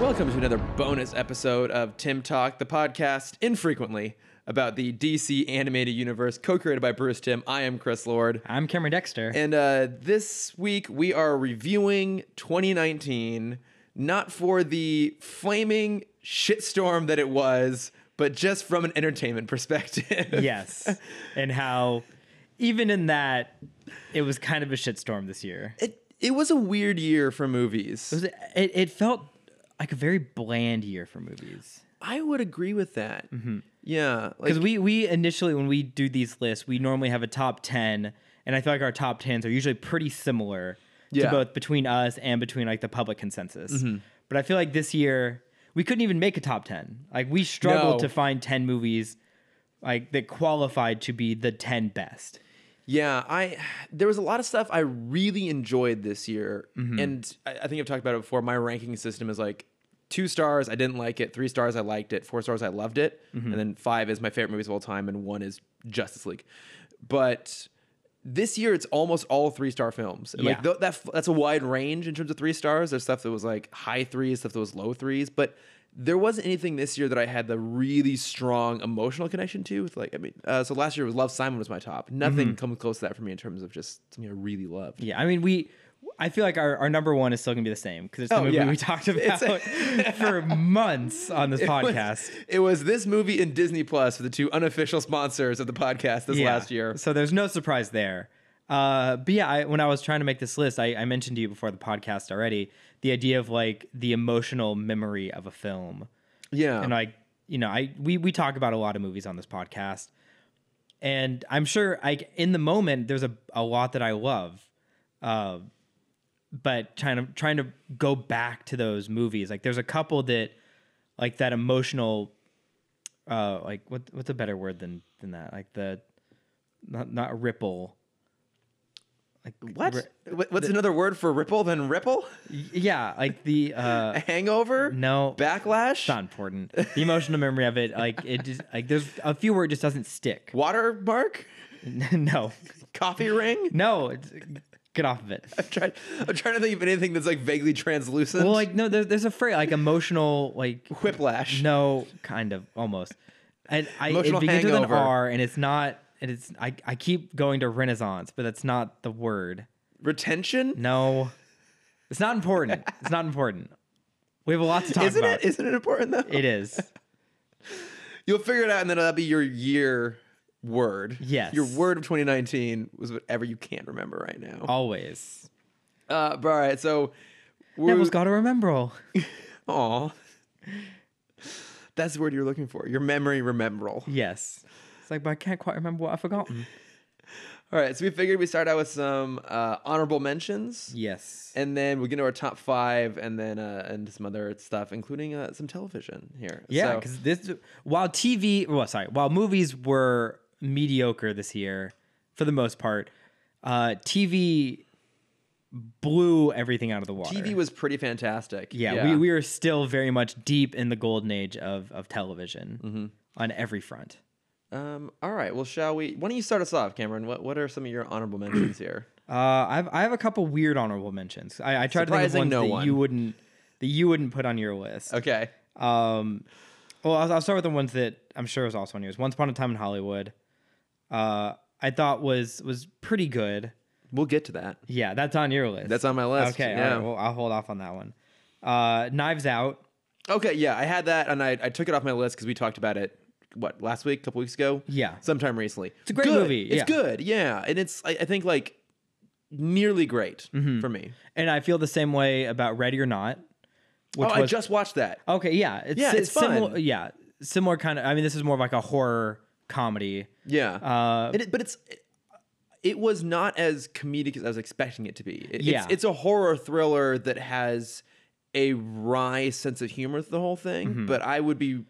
Welcome to another bonus episode of Tim Talk, the podcast infrequently about the DC animated universe co created by Bruce Tim. I am Chris Lord. I'm Cameron Dexter. And uh, this week we are reviewing 2019, not for the flaming shitstorm that it was, but just from an entertainment perspective. yes. And how even in that it was kind of a shitstorm this year. It, it was a weird year for movies. It, was- it, it felt like a very bland year for movies. I would agree with that. Mm-hmm. Yeah. Like, Because we we initially when we do these lists, we normally have a top ten, and I feel like our top tens are usually pretty similar Yeah. to both between us and between like the public consensus. But I feel like this year we couldn't even make a top ten. Like we struggled No. to find ten movies like that qualified to be the ten best. Yeah, I there was a lot of stuff I really enjoyed this year, and I, I think I've talked about it before. My ranking system is like two stars, I didn't like it; three stars, I liked it; four stars, I loved it, and then five is my favorite movies of all time, and one is Justice League. But this year, it's almost all three star films, and like Yeah. tho- that that's a wide range in terms of three stars. There's stuff that was like high threes, stuff that was low threes, but there wasn't anything this year that I had the really strong emotional connection to. With like, I mean, uh, so last year was Love Simon was my top. Nothing comes close to that for me in terms of just something I really loved. Mm-hmm. Yeah, I mean we. I feel like our, our number one is still gonna be the same because it's the Oh, movie yeah. we talked It's about a- for months on this podcast. It was, this movie and Disney Plus for the two unofficial sponsors of the podcast this last year. So there's no surprise there. Uh, but yeah, I, when I was trying to make this list, I, I mentioned to you before the podcast already the idea of like the emotional memory of a film, Yeah, and like you know, I we we talk about a lot of movies on this podcast, and I'm sure like in the moment there's a a lot that I love, uh, but trying to trying to go back to those movies, like there's a couple that like that emotional uh like what what's a better word than than that like the not not ripple like what? ri- Wh- What's another word for ripple than ripple? yeah like the A uh hangover? no Backlash? it's not important the emotional memory of it like it just like there's a few where it just doesn't stick Watermark? no Coffee ring? no it's, get off of it I'm trying, I'm trying to think of anything that's like vaguely translucent. well like no there, there's a phrase like emotional like whiplash. No, kind of, almost. And I, Emotional it begins with hangover. an R, and it's not. And it's I, I keep going to Renaissance, but that's not the word. Retention? No, it's not important. It's not important. We have a lot to talk Isn't about. it? Isn't it important though? it is. You'll figure it out, and then that'll be your year word. Yes. Your word of 2019 was whatever you can't remember right now. Always. Uh, but all right, so Oh. Neville's got to remember. all. Aw. That's the word you're looking for. Your memory rememberal. Yes. It's like, but I can't quite remember what I've forgotten. All right, so we figured we start out with some uh, honorable mentions, Yes. and then we'll get into our top five, and then uh, and some other stuff, including uh, some television here. Yeah, So- because this while TV, well, sorry, while movies were mediocre this year for the most part, uh, TV blew everything out of the water. TV was pretty fantastic. yeah, We, we were still very much deep in the golden age of of television Mm-hmm. on every front. um, all right. Well, shall we? Why don't you start us off, Cameron? What What are some of your honorable mentions here? Uh, I've I have a couple weird honorable mentions. I, I tried to think of Surprising ones no that one. you wouldn't that you wouldn't put on your list. Okay. Um, well, I'll, I'll start with the ones that I'm sure was also on yours. Once Upon a Time in Hollywood, uh, I thought was was pretty good. We'll get to that. Yeah, that's on your list. That's on my list. okay. Yeah. All right, well, I'll hold off on that one. Uh, Knives Out. Okay. Yeah, I had that, and I, I took it off my list because we talked about it. What last week? A couple weeks ago? Yeah. Sometime recently. It's a great movie, yeah. It's good. Yeah, and it's I, I think like nearly great Mm-hmm. for me. And I feel the same way about Ready or Not, which oh, I was just watched that. okay. Yeah, it's, Yeah, it's similar. fun. Yeah, similar kind of. I mean, this is more of like a horror comedy. Yeah. Uh, And it, but it's it was not as comedic as I was expecting it to be. It- Yeah. It's, it's a horror thriller that has a wry sense of humor to the whole thing, Mm-hmm. but I would be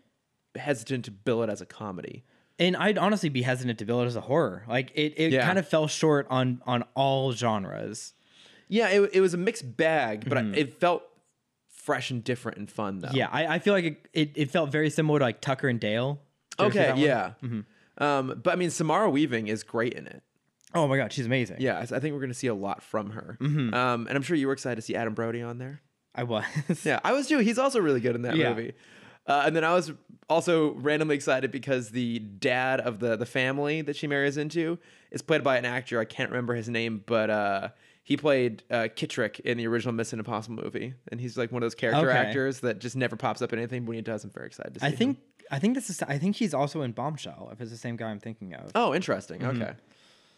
hesitant to bill it as a comedy. and I'd honestly be hesitant to bill it as a horror. Like it, it Yeah. kind of fell short on on all genres. Yeah, it, it was a mixed bag, but I, it felt fresh and different and fun though. Mm-hmm. Yeah, I, I feel like it, it, it felt very similar to like Tucker and Dale. Did you ever see Okay, that one? Mm-hmm. yeah. Um, but I mean, Samara Weaving is great in it. Oh my god, she's amazing. Mm-hmm. Yeah, I I think we're going to see a lot from her. Um, and I'm sure you were excited to see Adam Brody on there. I was. Yeah, I was too. He's also really good in that Yeah. movie. Uh, and then I was also randomly excited because the dad of the the family that she marries into is played by an actor. I can't remember his name, but uh, he played uh, Kittrick in the original Mission Impossible movie, and he's like one of those character Okay. actors that just never pops up in anything. But when he does, I'm very excited to see. I him. think I think this is I think he's also in Bombshell, if it's the same guy I'm thinking of. Oh, interesting. Mm-hmm. Okay.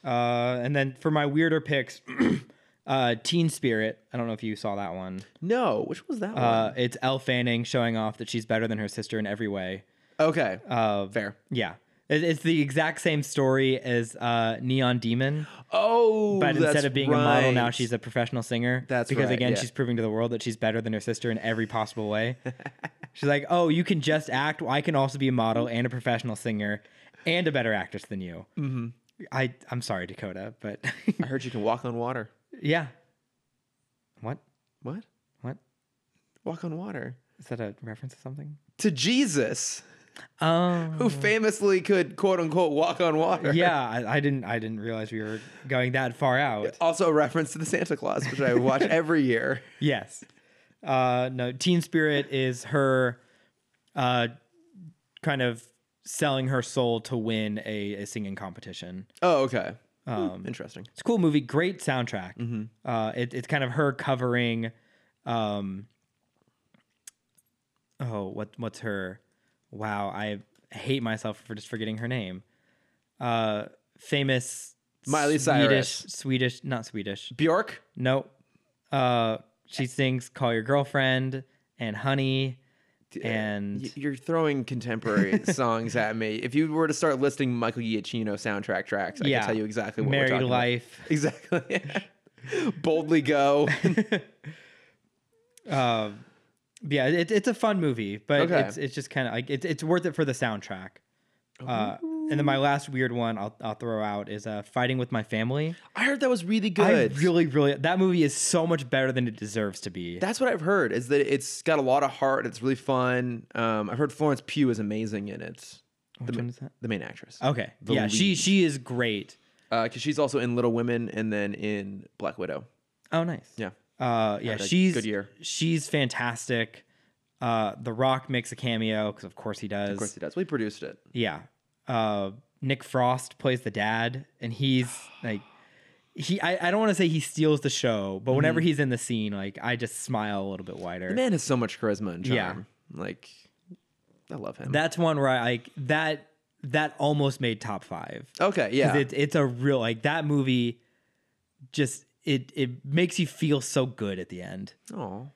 Uh, and then for my weirder picks, uh, Teen Spirit. I don't know if you saw that one. No, which was that Uh, it's Elle Fanning showing off that she's better than her sister in every way. one? Okay. Uh, Fair. yeah, it, it's the exact same story as uh, Neon Demon, Oh, but instead that's of being a model, now right. she's a professional singer. That's because right, again, yeah. she's proving to the world that she's better than her sister in every possible way. she's like, "Oh, you can just act. Well, I can also be a model and a professional singer, and a better actress than you." Mm-hmm. I I'm sorry, Dakota, but I heard you can walk on water. yeah. What? What? What? Walk on water Is that a reference to something? to Jesus. Oh. who famously could quote unquote walk on water. yeah, I, I didn't. I didn't realize we were going that far out. Also a reference to the Santa Claus, which I watch every year. Yes. Uh, no, Teen Spirit is her, uh, kind of selling her soul to win a, a singing competition. Oh, okay. Um, Interesting. It's a cool movie. Great soundtrack. Mm-hmm. Uh, it, it's kind of her covering. Um, oh, what what's her? Wow, I hate myself for just forgetting her name. Uh, famous Miley Swedish, Cyrus. Swedish, not Swedish. Bjork. Nope. Uh, she sings "Call Your Girlfriend" and "Honey," and uh, Y- You're throwing contemporary songs at me. If you were to start listing Michael Giacchino soundtrack tracks, I yeah, can tell you exactly what we're married talking life. about. Exactly. Boldly go. Um, yeah, it, it's a fun movie, but Okay. it's it's just kind of like it's it's worth it for the soundtrack. Uh, and then my last weird one I'll I'll throw out is uh, "Fighting with My Family." I heard that was really I good. really, really that movie is so much better than it deserves to be. That's what I've heard. Is that it's got a lot of heart. It's really fun. Um, I've heard Florence Pugh is amazing in it. Which one is that? The main actress. Okay, The yeah, she lead. she is great. because Uh, she's also in Little Women and then in Black Widow. Oh, nice. Yeah. Uh, yeah, Had a she's good year. She's fantastic. Uh, The Rock makes a cameo because, of course, he does. Of course he does. We produced it. Yeah. Uh, Nick Frost plays the dad, and he's like, he. I, I don't want to say he steals the show, but whenever he's in the scene, like I just smile a little bit wider. Mm-hmm. The man has so much charisma and Yeah. charm. Like, I love him. That's one where I like that. That almost made top five. okay, 'Cause yeah. It's it's a real like that movie. Just it it makes you feel so good at the end. Oh,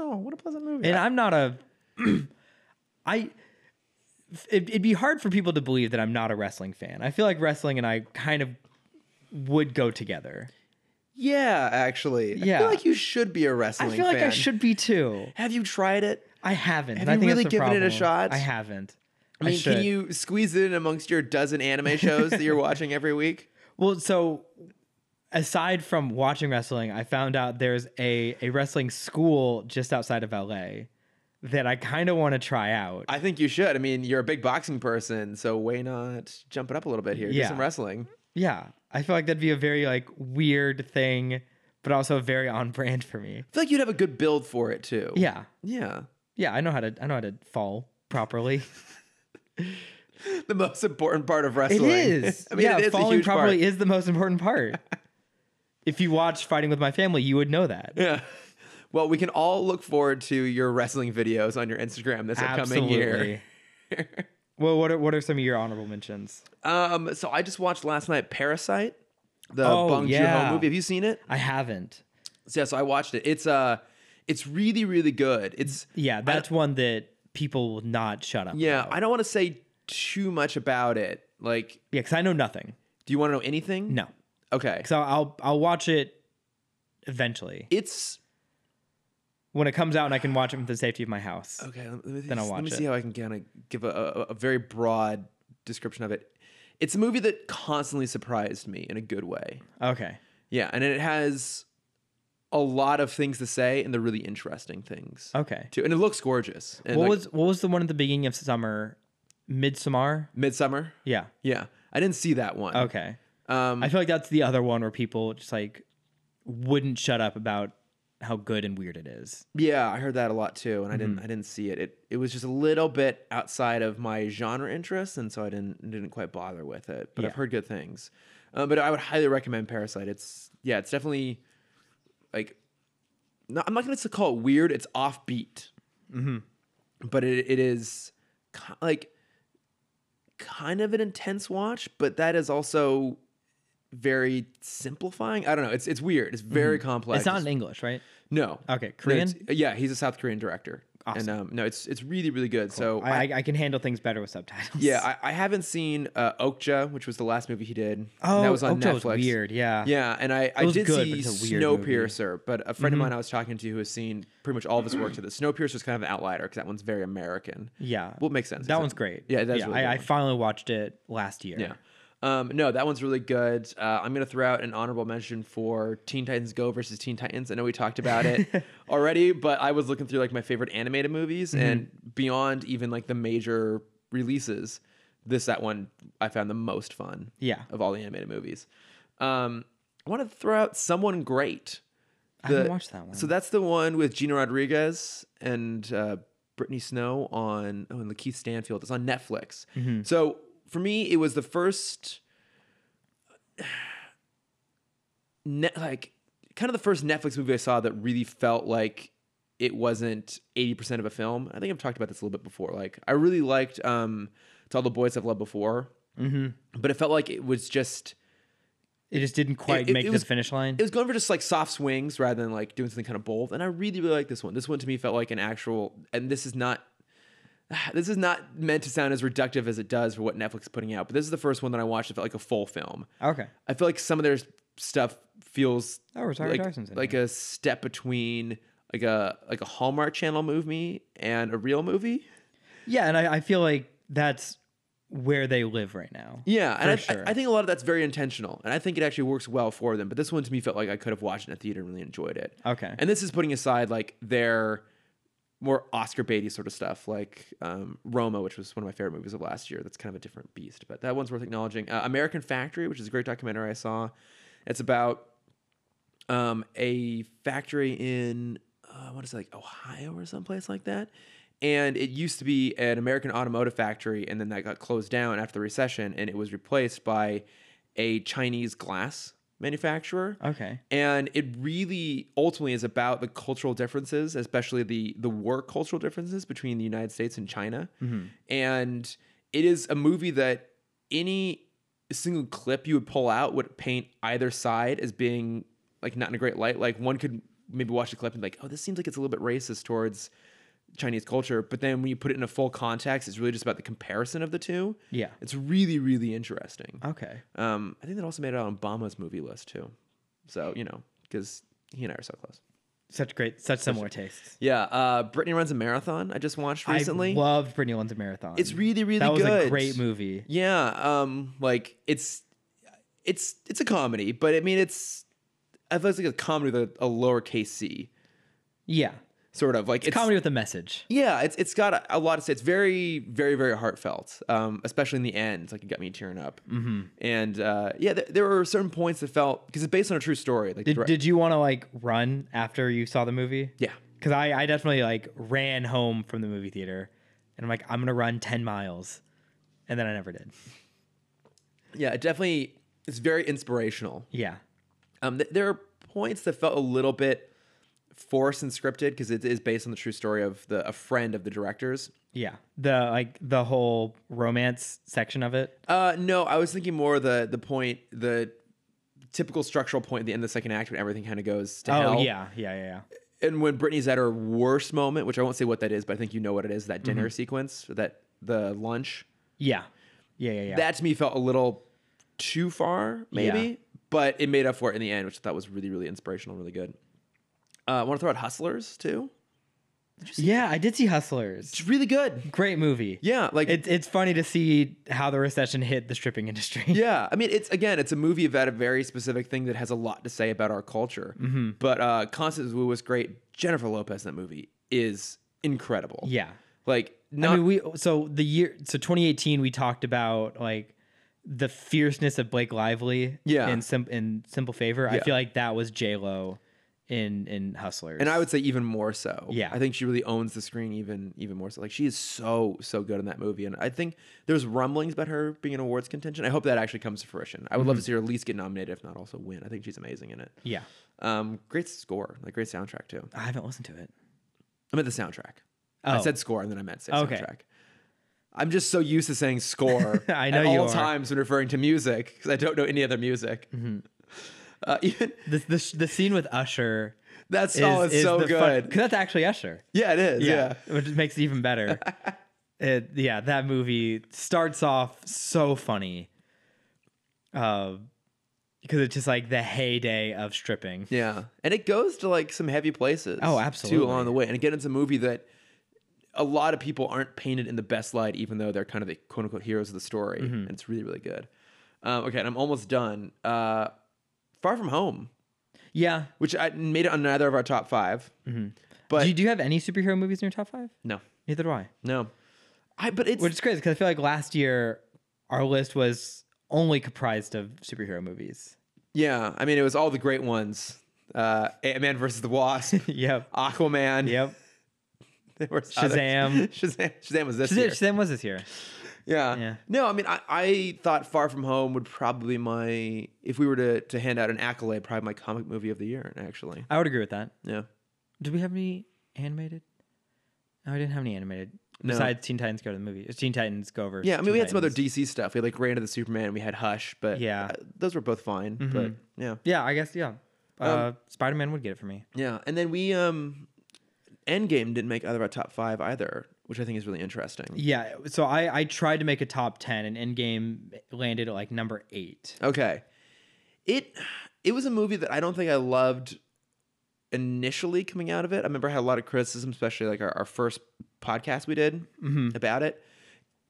oh, what a pleasant movie. and I'm not a. I. It, it'd be hard for people to believe that I'm not a wrestling fan. I feel like wrestling and I kind of would go together. yeah, actually, I Yeah. feel like you should be a I wrestling. feel like I fan. should be too. Have you tried it? I haven't. Have and I you think really that's the given it a problem. shot? I haven't. I mean, can you squeeze it in amongst your dozen anime shows that you're watching every week? Well, so aside from watching wrestling, I found out there's a a wrestling school just outside of LA that I kind of want to try out. I think you should. I mean, you're a big boxing person, so why not jump it up a little bit here? Do Yeah. some wrestling. Yeah, I feel like that'd be a very like weird thing, but also very on brand for me. I feel like you'd have a good build for it too. Yeah, Yeah. yeah, I know how to I know how to fall properly. The most important part of It wrestling. is. I mean, yeah, it is a falling huge part. properly is the most important part. if you watch Fighting with My Family, you would know that. Yeah. Well, we can all look forward to your wrestling videos on your Instagram this upcoming year. well, what are what are some of your honorable mentions? Um, so I just watched last night Parasite, the Oh, Bong Joon yeah. Ho movie. Have you seen it? I haven't. So, yeah, so I watched it. It's uh it's really really good. It's Yeah, that's one that people will not shut up. yeah, about. I don't want to say too much about it. Like, yeah, because I know nothing. do you want to know anything? No, Okay. so I'll I'll watch it eventually. It's when it comes out and I can watch it from the safety of my house. Okay, let me, Then I'll let me watch see it. how I can kind of give a, a, a very broad description of it. It's a movie that constantly surprised me in a good way. Okay. Yeah, and it has a lot of things to say, and they're really interesting things Okay. too. And it looks gorgeous. And What like, was what was the one at the beginning of summer? Midsummer? Midsummer? Yeah. Yeah, I didn't see that one. Okay. Um, I feel like that's the other one where people just like wouldn't shut up about how good and weird it is. Yeah, I heard that a lot too, and I didn't I didn't see it. It it was just a little bit outside of my genre interests, and so I didn't didn't quite bother with it. But I've Yeah. heard good things. Uh, but I would highly recommend Parasite. It's yeah, it's definitely like no, I'm not gonna s- call it weird. It's offbeat, mm-hmm. but it it is ki- like kind of an intense watch, but that is also very simplifying. I don't know. It's it's weird. It's very complex. It's not in English, right? No. Okay, No, Korean? it's- yeah, he's a South Korean director. Awesome. And um, no, it's it's really really good. So I, I, I, I can handle things better with subtitles. yeah, I, I haven't seen uh, Okja, which was the last movie he did. and oh, that was on Okja Netflix. was weird. Yeah. Yeah, and I, I was did good, see but it's a weird movie. Mm-hmm. Snowpiercer, but a friend of mine I was talking to who has seen pretty much all of his work to this. Snowpiercer is kind of an outlier because that one's very American. Yeah. Well, it makes sense. that It's a- one's great. Yeah, that's yeah. really good I, I one. finally watched it last year. Yeah. Um, no, that one's really good. Uh, I'm gonna throw out an honorable mention for Teen Titans Go versus Teen Titans. I know we talked about it already, but I was looking through like my favorite animated movies and beyond even like the major releases. This that one I found the most fun. Yeah. Of all the animated movies, um, I want to throw out someone great. I haven't watched that one. So that's the one with Gina Rodriguez and uh, Brittany Snow on oh, and Lakeith Stanfield. It's on Netflix. Mm-hmm. So for me, it was the first, net, like kind of the first Netflix movie I saw that really felt like it wasn't eighty percent of a film. I think I've talked about this a little bit before. Like I really liked um, "To All the Boys I've Loved Before," Mm-hmm. but it felt like it was just It just didn't quite it- make it the was- finish line. it was going for just like soft swings rather than like doing something kind of bold. And I really, really like this one. This one to me felt like an actual, and this is not, this is not meant to sound as reductive as it does for what Netflix is putting out. But this is the first one that I watched that felt like a full film. okay. I feel like some of their stuff feels Oh, Rosario like, Dawson's in like a step between like a like a Hallmark Channel movie and a real movie. Yeah, and I, I feel like that's where they live right now. Yeah, and For I, I- sure. I think a lot of that's very intentional, and I think it actually works well for them. But this one to me felt like I could have watched it in a theater and really enjoyed it. Okay. And this is putting aside like their more Oscar baity sort of stuff, like um, Roma, which was one of my favorite movies of last year. That's kind of a different beast, but that one's worth acknowledging. Uh, American Factory, which is a great documentary I saw. It's about um, a factory in uh, what is it like Ohio or someplace like that. And it used to be an American automotive factory, and then that got closed down after the recession, and it was replaced by a Chinese glass manufacturer Okay. and it really ultimately is about the cultural differences especially the the work cultural differences between the united states and china and it is a movie that any single clip you would pull out would paint either side as being like not in a great light like one could maybe watch the clip and be like oh this seems like it's a little bit racist towards chinese culture but then when you put it in a full context it's really just about the comparison of the two Yeah. it's really really interesting Okay. um, I think that also made it on Obama's movie list too. So you know, because he and I are so close. Such great, such similar tastes. Yeah, uh, Brittany runs a marathon. I just watched recently. I loved Brittany London's Marathon. it's really really that was good. a great movie. Yeah, um, like it's it's it's a comedy, but I mean it's I feel it's like a comedy with a, a lowercase c Yeah. sort of like it's, Comedy with a message. Yeah, it's it's got a, a lot to say. It's very very very heartfelt, um, especially in the end. Like it got me tearing up. Mm-hmm. And uh, yeah, there, there were certain points that felt because it's based on a true story. Like the Did, direct- did you want to like run after you saw the movie? Yeah. Because I, I definitely like ran home from the movie theater and I'm like, I'm going to run 10 miles. And then I never did. Yeah, it definitely it's very inspirational. Yeah. Um, th- there are points that felt a little bit forced and scripted because it is based on the true story of the a friend of the director's. Yeah. The like the whole romance section of it. Uh, no, I was thinking more the the point the typical structural point at the end of the second act when everything kind of goes to hell. Oh, yeah. Yeah. Yeah. Yeah. and when Brittany's at her worst moment, which I won't say what that is, but I think you know what it is that Mm-hmm. dinner sequence, that the lunch. Yeah. Yeah. Yeah. yeah. That to me felt a little too far, maybe, Yeah. but it made up for it in the end, which I thought was really, really inspirational, really good. Uh, I want to throw out Hustlers too. yeah. I did see Hustlers. It's really good. Great movie. Yeah, like It's it's funny to see how the recession hit the stripping industry. yeah. I mean, it's again, it's a movie about a very specific thing that has a lot to say about our culture. But uh, Constance Wu was great. Jennifer Lopez in that movie is incredible. Yeah. like not I mean, we so the year so 2018 we talked about like the fierceness of Blake Lively Yeah. in sim, in simple favor. I Yeah. feel like that was J Lo in in Hustlers. And I would say even more so. Yeah. I think she really owns the screen even even more so. Like she is so so good in that movie, and I think there's rumblings about her being an awards contention. I hope that actually comes to fruition. I would Mhm. love to see her at least get nominated, if not also win. I think she's amazing in it. yeah, Um, great score, like great soundtrack too. I haven't listened to it. I meant the soundtrack. I Oh. said score and then I meant say Okay. soundtrack. I'm just so used to saying score I know at you all are. times when referring to music because I don't know any other music. Mm-hmm. Uh, even The, the the scene with Usher that's is, oh, it's is so the good. because that's actually Usher. yeah, it is. yeah. which makes it even better. it, yeah, that movie starts off so funny, uh, because it's just like the heyday of stripping. Yeah, and it goes to like some heavy places. Oh, Too absolutely. along the way, and again, it's a movie that a lot of people aren't painted in the best light, even though they're kind of the quote unquote heroes of the story. Mm-hmm. And it's really, really good. Um, okay, and I'm almost done. Uh, Far from Home, Yeah. which I made it on neither of our top 5 Mm. But do you do you have any superhero movies in your top five? no, Neither do I. no, I. But it's Which is crazy because I feel like last year our list was only comprised of superhero movies. yeah. I mean, it was all the great ones. Uh, Ant Man versus the Wasp, yep. Aquaman. Yep. there was Shazam. Shazam. Shazam was this. year. Shazam, Shazam was this year. Yeah. Yeah. No, I mean, I, I thought Far From Home would probably my, if we were to, to hand out an accolade, probably my comic movie of the year, actually. I would agree with that. Yeah. Did we have any animated? No, I didn't have any animated. No. Besides Teen Titans Go to the movie. It's Teen Titans Go over. Yeah. I mean, Teen we had some other Titans. DC stuff. We had like Reign of the Superman, we had Hush, but Yeah. Mm-hmm. uh, those were both fine. But yeah. Yeah, I guess. Yeah. Uh, Spider Man would get it for me. Yeah. And then we, um, Endgame didn't make either of our top five either, which I think is really interesting. Yeah. So I I tried to make a top ten, and Endgame landed at like number eight. Okay. It, it was a movie that I don't think I loved initially coming out of it. I remember I had a lot of criticism, especially like our, our first podcast we did Mm-hmm. about it.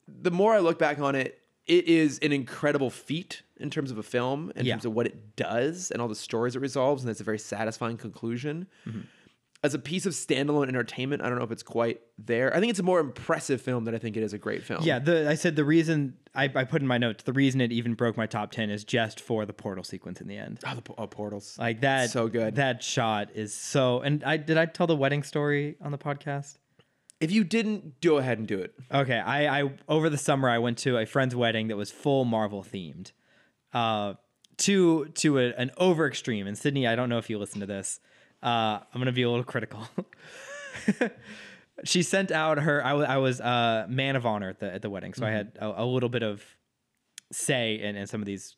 The more I look back on it, it is an incredible feat in terms of a film, in Yeah. terms of what it does and all the stories it resolves, and it's a very satisfying conclusion. Mm-hmm. As a piece of standalone entertainment, I don't know if it's quite there. I think it's a more impressive film than I think it is a great film. Yeah. The I said the reason I, I put in my notes the reason it even broke my top ten is just for the portal sequence in the end. Oh, the po- oh, portals. Like that. So good. That shot is so. And I did I tell the wedding story on the podcast. if you didn't, go ahead and do it. Okay, I, I over the summer I went to a friend's wedding that was full Marvel themed, uh, to to a, an over extreme. And Sydney, I don't know if you listen to this. Uh, I'm gonna be a little critical. she sent out her. I, wa- I was uh, man of honor at the at the wedding, so I had a, a little bit of say in, in some of these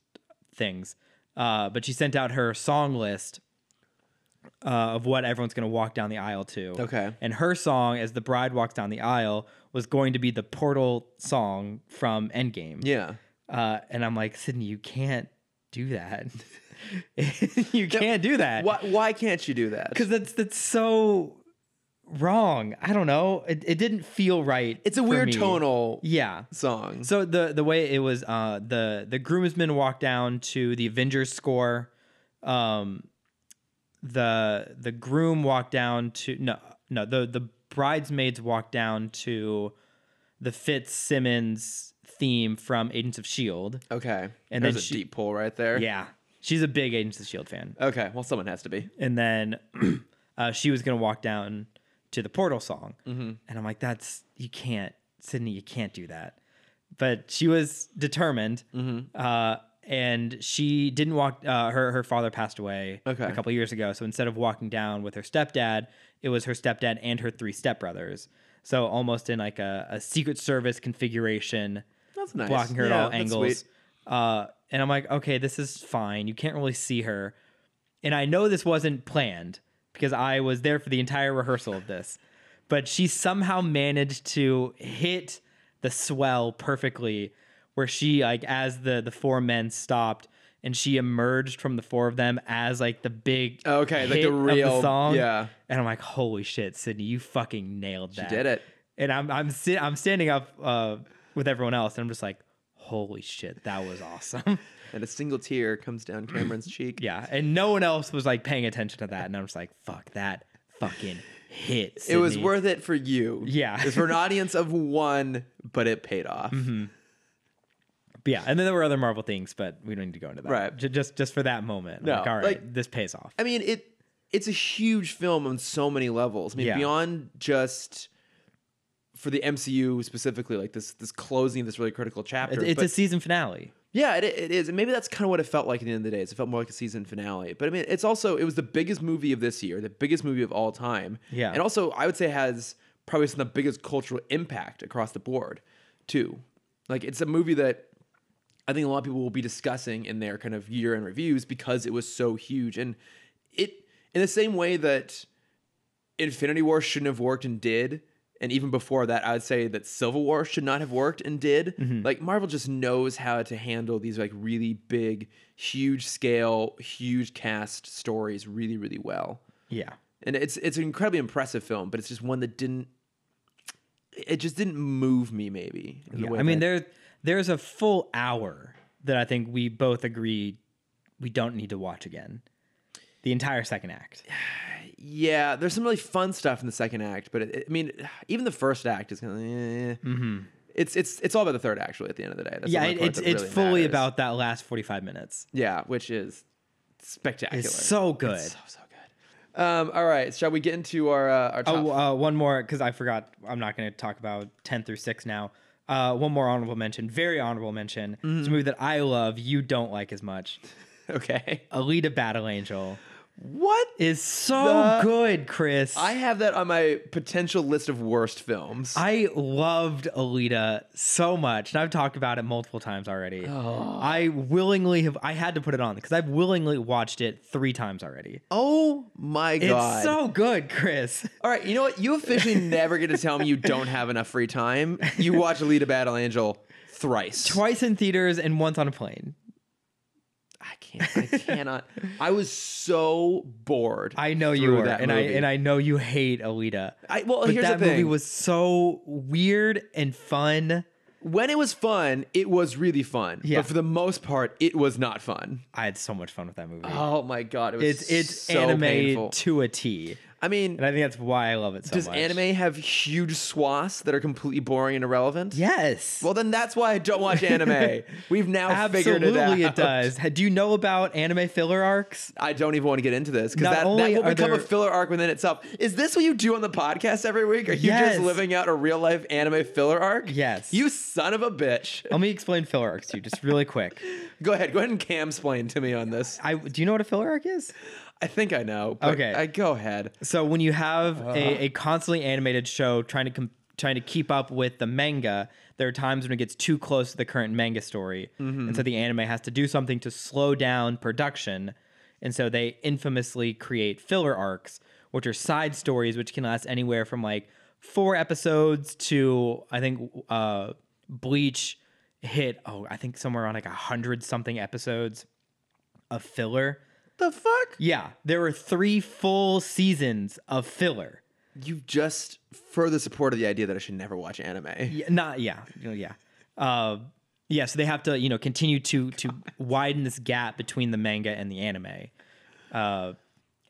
things. Uh, but she sent out her song list uh, of what everyone's going to walk down the aisle to. Okay. And her song, as the bride walks down the aisle, was going to be the portal song from Endgame. Yeah. Uh, and I'm like, Sydney, you can't do that. you can't do that. Why, why can't you do that? Because that's that's so wrong. I don't know. It, it didn't feel right. It's a for weird me. tonal Yeah. song. So the the way it was, uh, the the groomsmen walked down to the Avengers score. Um, the the groom walked down to no no the the bridesmaids walked down to the Fitzsimmons theme from Agents of Shield. Okay. And there's then a she- deep pull right there. E Yeah, she's a big Agents of Shield E fan. Okay. Well, someone has to be. and then uh, she was gonna walk down to the portal song, and I'm like, "That's you can't, Sydney, you can't do that." But she was determined, uh, and she didn't walk. Uh, her her father passed away Okay. a couple years ago, so instead of walking down with her stepdad, it was her stepdad and her three stepbrothers. So almost in like a, a Secret Service configuration, That's nice. blocking her Yeah, at all that's angles. sweet. Uh, and I'm like, okay, this is fine. You can't really see her. And I know this wasn't planned because I was there for the entire rehearsal of this. But she somehow managed to hit the swell perfectly, where she like as the the four men stopped and she emerged from the four of them as like the big Okay, like the hit of real- song. yeah. and I'm like, holy shit, Sydney, you fucking nailed that. did it. And I'm I'm si- I'm standing up uh, with everyone else, and I'm just like, holy shit, that was awesome. And a single tear comes down Cameron's cheek. yeah, and no one else was like paying attention to that, and I'm just like, fuck that fucking hit. It was Sydney." worth it for you. Yeah. It's for an audience of one, but it paid off. Mm-hmm. yeah. And then there were other Marvel things, but we don't need to go into that. Right. J- just just for that moment, I'm No, like all right, like- this pays off. I mean, it it's a huge film on so many levels. I mean, Yeah. beyond just for the MCU specifically, like this this closing of this really critical chapter. It- it's but- a season finale. yeah, it, it is. And maybe that's kind of what it felt like at the end of the day. is It felt more like a season finale. But I mean, it's also, it was the biggest movie of this year, the biggest movie of all time. Yeah. And also, I would say has probably some of the biggest cultural impact across the board, too. Like, it's a movie that I think a lot of people will be discussing in their kind of year in reviews because it was so huge. And it, in the same way that Infinity War shouldn't have worked and did. And even before that, I would say that Civil War should not have worked and did. Mm-hmm. Like Marvel just knows how to handle these like really big, huge scale, huge cast stories really, really well. Yeah. And it's it's an incredibly impressive film, but it's just one that didn't it just didn't move me maybe. in the Yeah, way I mean, that- there there's a full hour that I think we both agree we don't need to watch again. The entire second act. yeah, there's some really fun stuff in the second act, but it, it- I mean, even the first act is kind of eh. it's it's it's all about the third actually at the end of the day. That's the Mm-hmm. yeah, only it, part it's that it's really fully matters. about that last 45 minutes. Yeah, which is spectacular. It's so good. It's so so good. Um, all right, shall we get into our uh, our top? Oh, uh, one more because I forgot. I'm not going to talk about ten through six now. Uh, one more honorable mention, very honorable mention. Mm-hmm. It's a movie that I love, you don't like as much. okay. Alita: Battle Angel What? is so The- good, Chris. I have that on my potential list of worst films. I loved Alita so much, and I've talked about it multiple times already. I willingly have. I had to put it on because I've willingly watched it three times already. oh my god! It's so good, Chris. all right, you know what? You officially never get to tell me you don't have enough free time. You watch Alita: Battle Angel thrice. Twice in theaters and once on a plane. I can't. I cannot. I was so bored. I know you were, and I and I, I know you hate Alita. I well, but here's that the thing. movie was so weird and fun. when it was fun, it was really fun. Yeah. But for the most part, it was not fun. I had so much fun with that movie. Oh my god, it was it's it's so anime painful. to a T, I mean, and I think that's why I love it so does much. anime have huge swaths that are completely boring and irrelevant? Yes. Well, then that's why I don't watch anime. We've now Absolutely, figured it out. it does. Do you know about anime filler arcs? I don't even want to get into this because Not that, that only will are become a there- filler arc within itself. Is this what you do on the podcast every week? Are you Yes. just living out a real life anime filler arc? Yes. You son of a bitch. Let me explain filler arcs to you just really quick. Go ahead. Go ahead and camsplain to me on this. I do you know what a filler arc is? I think I know. But Okay. I, go ahead. So when you have a, a constantly animated show trying to com- trying to keep up with the manga, there are times when it gets too close to the current manga story, and so the anime has to do something to slow down production, and so they infamously create filler arcs, which are side stories which can last anywhere from like four episodes to I think uh, Bleach hit oh I think somewhere around like a hundred something episodes of filler. The fuck? Yeah, there were three full seasons of filler. You've just further supported the idea that I should never watch anime. Yeah, not yeah, you know, yeah, uh, yeah. So they have to you know continue to to widen this gap between the manga and the anime, uh,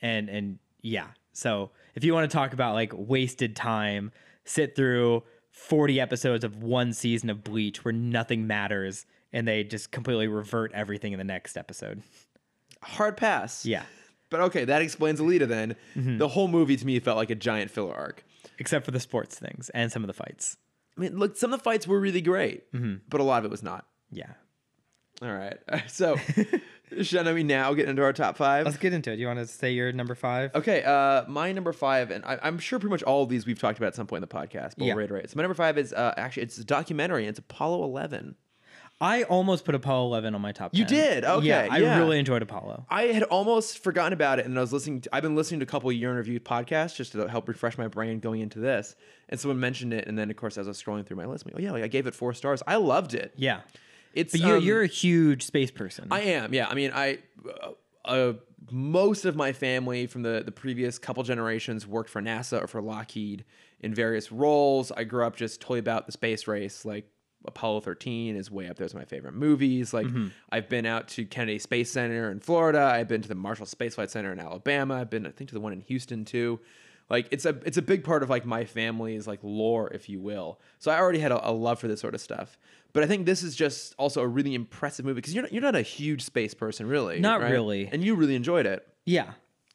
and and yeah. So if you want to talk about like wasted time, sit through forty episodes of one season of Bleach where nothing matters and they just completely revert everything in the next episode. Hard pass. Yeah, Mm-hmm. But okay, that explains Alita then. The whole movie to me felt like a giant filler arc. except for the sports things and some of the fights. I mean, look, some of the fights were really great, Mm-hmm. but a lot of it was not. Yeah. All right. So, shall we now get into our top five? Let's get into it. You want to say your number five? Okay, uh, my number five, and I, I'm sure pretty much all of these we've talked about at some point in the podcast, but Yeah. we'll reiterate. So, my number five is uh, actually it's a documentary. and It's Apollo 11. I almost put Apollo 11 on my top. You 10. did? Okay, Yeah, I yeah. really enjoyed Apollo. I had almost forgotten about it, and I was listening. To, I've been listening to a couple year in review podcasts just to help refresh my brain going into this. And someone mentioned it, and then of course, as I was scrolling through my list, I'm like, oh yeah, like, I gave it four stars. I loved it. Yeah. It's But you, um, you're a huge space person. I am. Yeah. I mean, I uh, uh, most of my family from the the previous couple generations worked for NASA or for Lockheed in various roles. I grew up just totally about the space race, like. Apollo 13 is way up there as my favorite movies. Like I've been out to Kennedy Space Center in Florida. I've been to the Marshall Space Flight Center in Alabama. I've been I think to the one in Houston too. Like it's a it's a big part of like my family's like lore, if you will. So I already had a, a love for this sort of stuff. But I think this is just also a really impressive movie because you're not, you're not a huge space person really. Not right? really. And you really enjoyed it. yeah.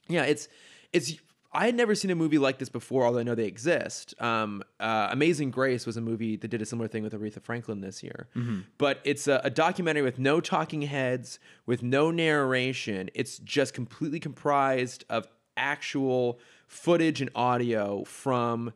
Yeah, it's it's I had never seen a movie like this before, although I know they exist. Um, uh, Amazing Grace was a movie that did a similar thing with Aretha Franklin this year, but it's a, a documentary with no talking heads, with no narration. It's just completely comprised of actual footage and audio from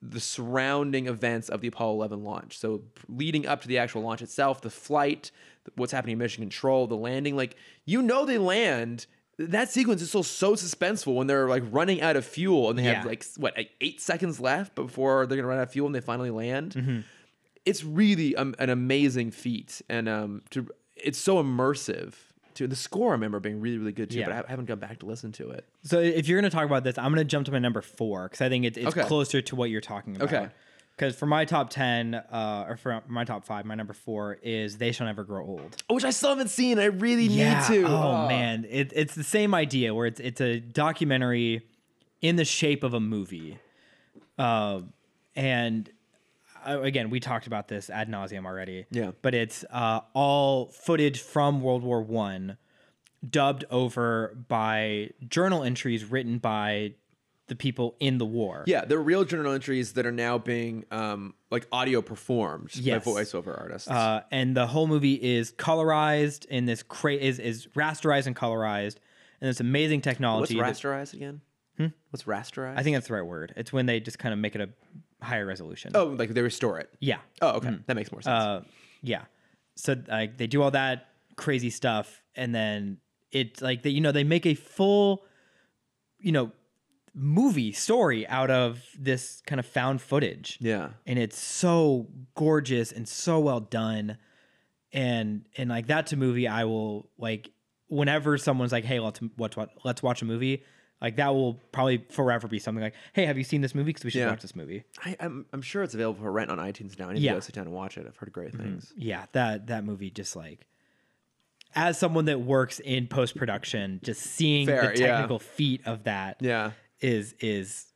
the surrounding events of the Apollo 11 launch. So p- leading up to the actual launch itself, the flight, th- what's happening in mission control, the landing, like you know they land. That sequence is still so suspenseful when they're like running out of fuel and they have Yeah. like s- what like, 8 seconds left before they're going to run out of fuel and they finally land. Mm-hmm. It's really um, an amazing feat and um to it's so immersive. To the score I remember being really really good too, Yeah. but I ha- haven't gone back to listen to it. So if you're going to talk about this, I'm going to jump to my number four because I think it's, it's Okay. closer to what you're talking about. Okay. Because for my top ten, uh, or for my top five, my number four is "They Shall Never Grow Old." Which I still haven't seen. I really need to. Oh, Ugh. man, it, it's the same idea where it's it's a documentary in the shape of a movie, uh, and uh, again, we talked about this ad nauseum already. Yeah. but it's uh, all footage from World War One, dubbed over by journal entries written by the people in the war. Yeah, they're real journal entries that are now being um, like audio performed Yes. by voiceover artists. uh, and the whole movie is colorized in this cra- is is rasterized and colorized, and this amazing What's technology. that- rasterized again? What's rasterized? Hmm? I think that's the right word. It's when they just kind of make it a higher resolution. oh, like they restore it. yeah, Oh, okay, that makes more sense. uh, yeah. So like they do all that crazy stuff, and then it's like they you know they make a full, you know, movie story out of this kind of found footage. yeah, and it's so gorgeous and so well done and and like that's a movie i will like whenever someone's like hey let's let's watch, let's watch a movie like that will probably forever be something like hey have you seen this movie because we should Yeah. watch this movie I, I'm I'm sure it's available for rent on iTunes now. I need Yeah. to Mm-hmm. go sit down and watch it. I've heard great things. yeah that that movie just like as someone that works in post production just seeing Fair, the yeah. technical feat of that is Yeah. is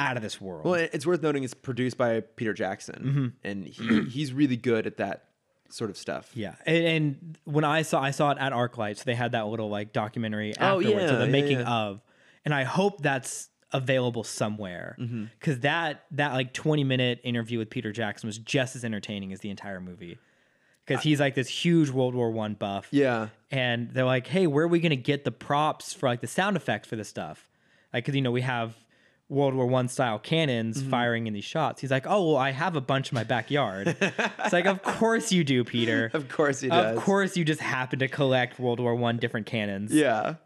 out of this world Well, it- it's worth noting it's produced by Peter Jackson, and he he's really good at that sort of stuff. Mm-hmm. Yeah, and, and when I saw I saw it at ArcLight, so they had that little like documentary Oh, afterwards, of yeah, the yeah, making yeah. of, and I hope that's available somewhere Mm-hmm. because that that like twenty minute interview with Peter Jackson was just as entertaining as the entire movie because he's like this huge World War One buff, Yeah. and they're like, hey, where are we gonna get the props for like the sound effects for this stuff? Like, cause you know we have. World War One style cannons Mm-hmm. firing in these shots. He's like, "Oh well, I have a bunch in my backyard." it's like, "Of course you do, Peter." Of course he does. Of course, you just happen to collect World War One different cannons. Yeah.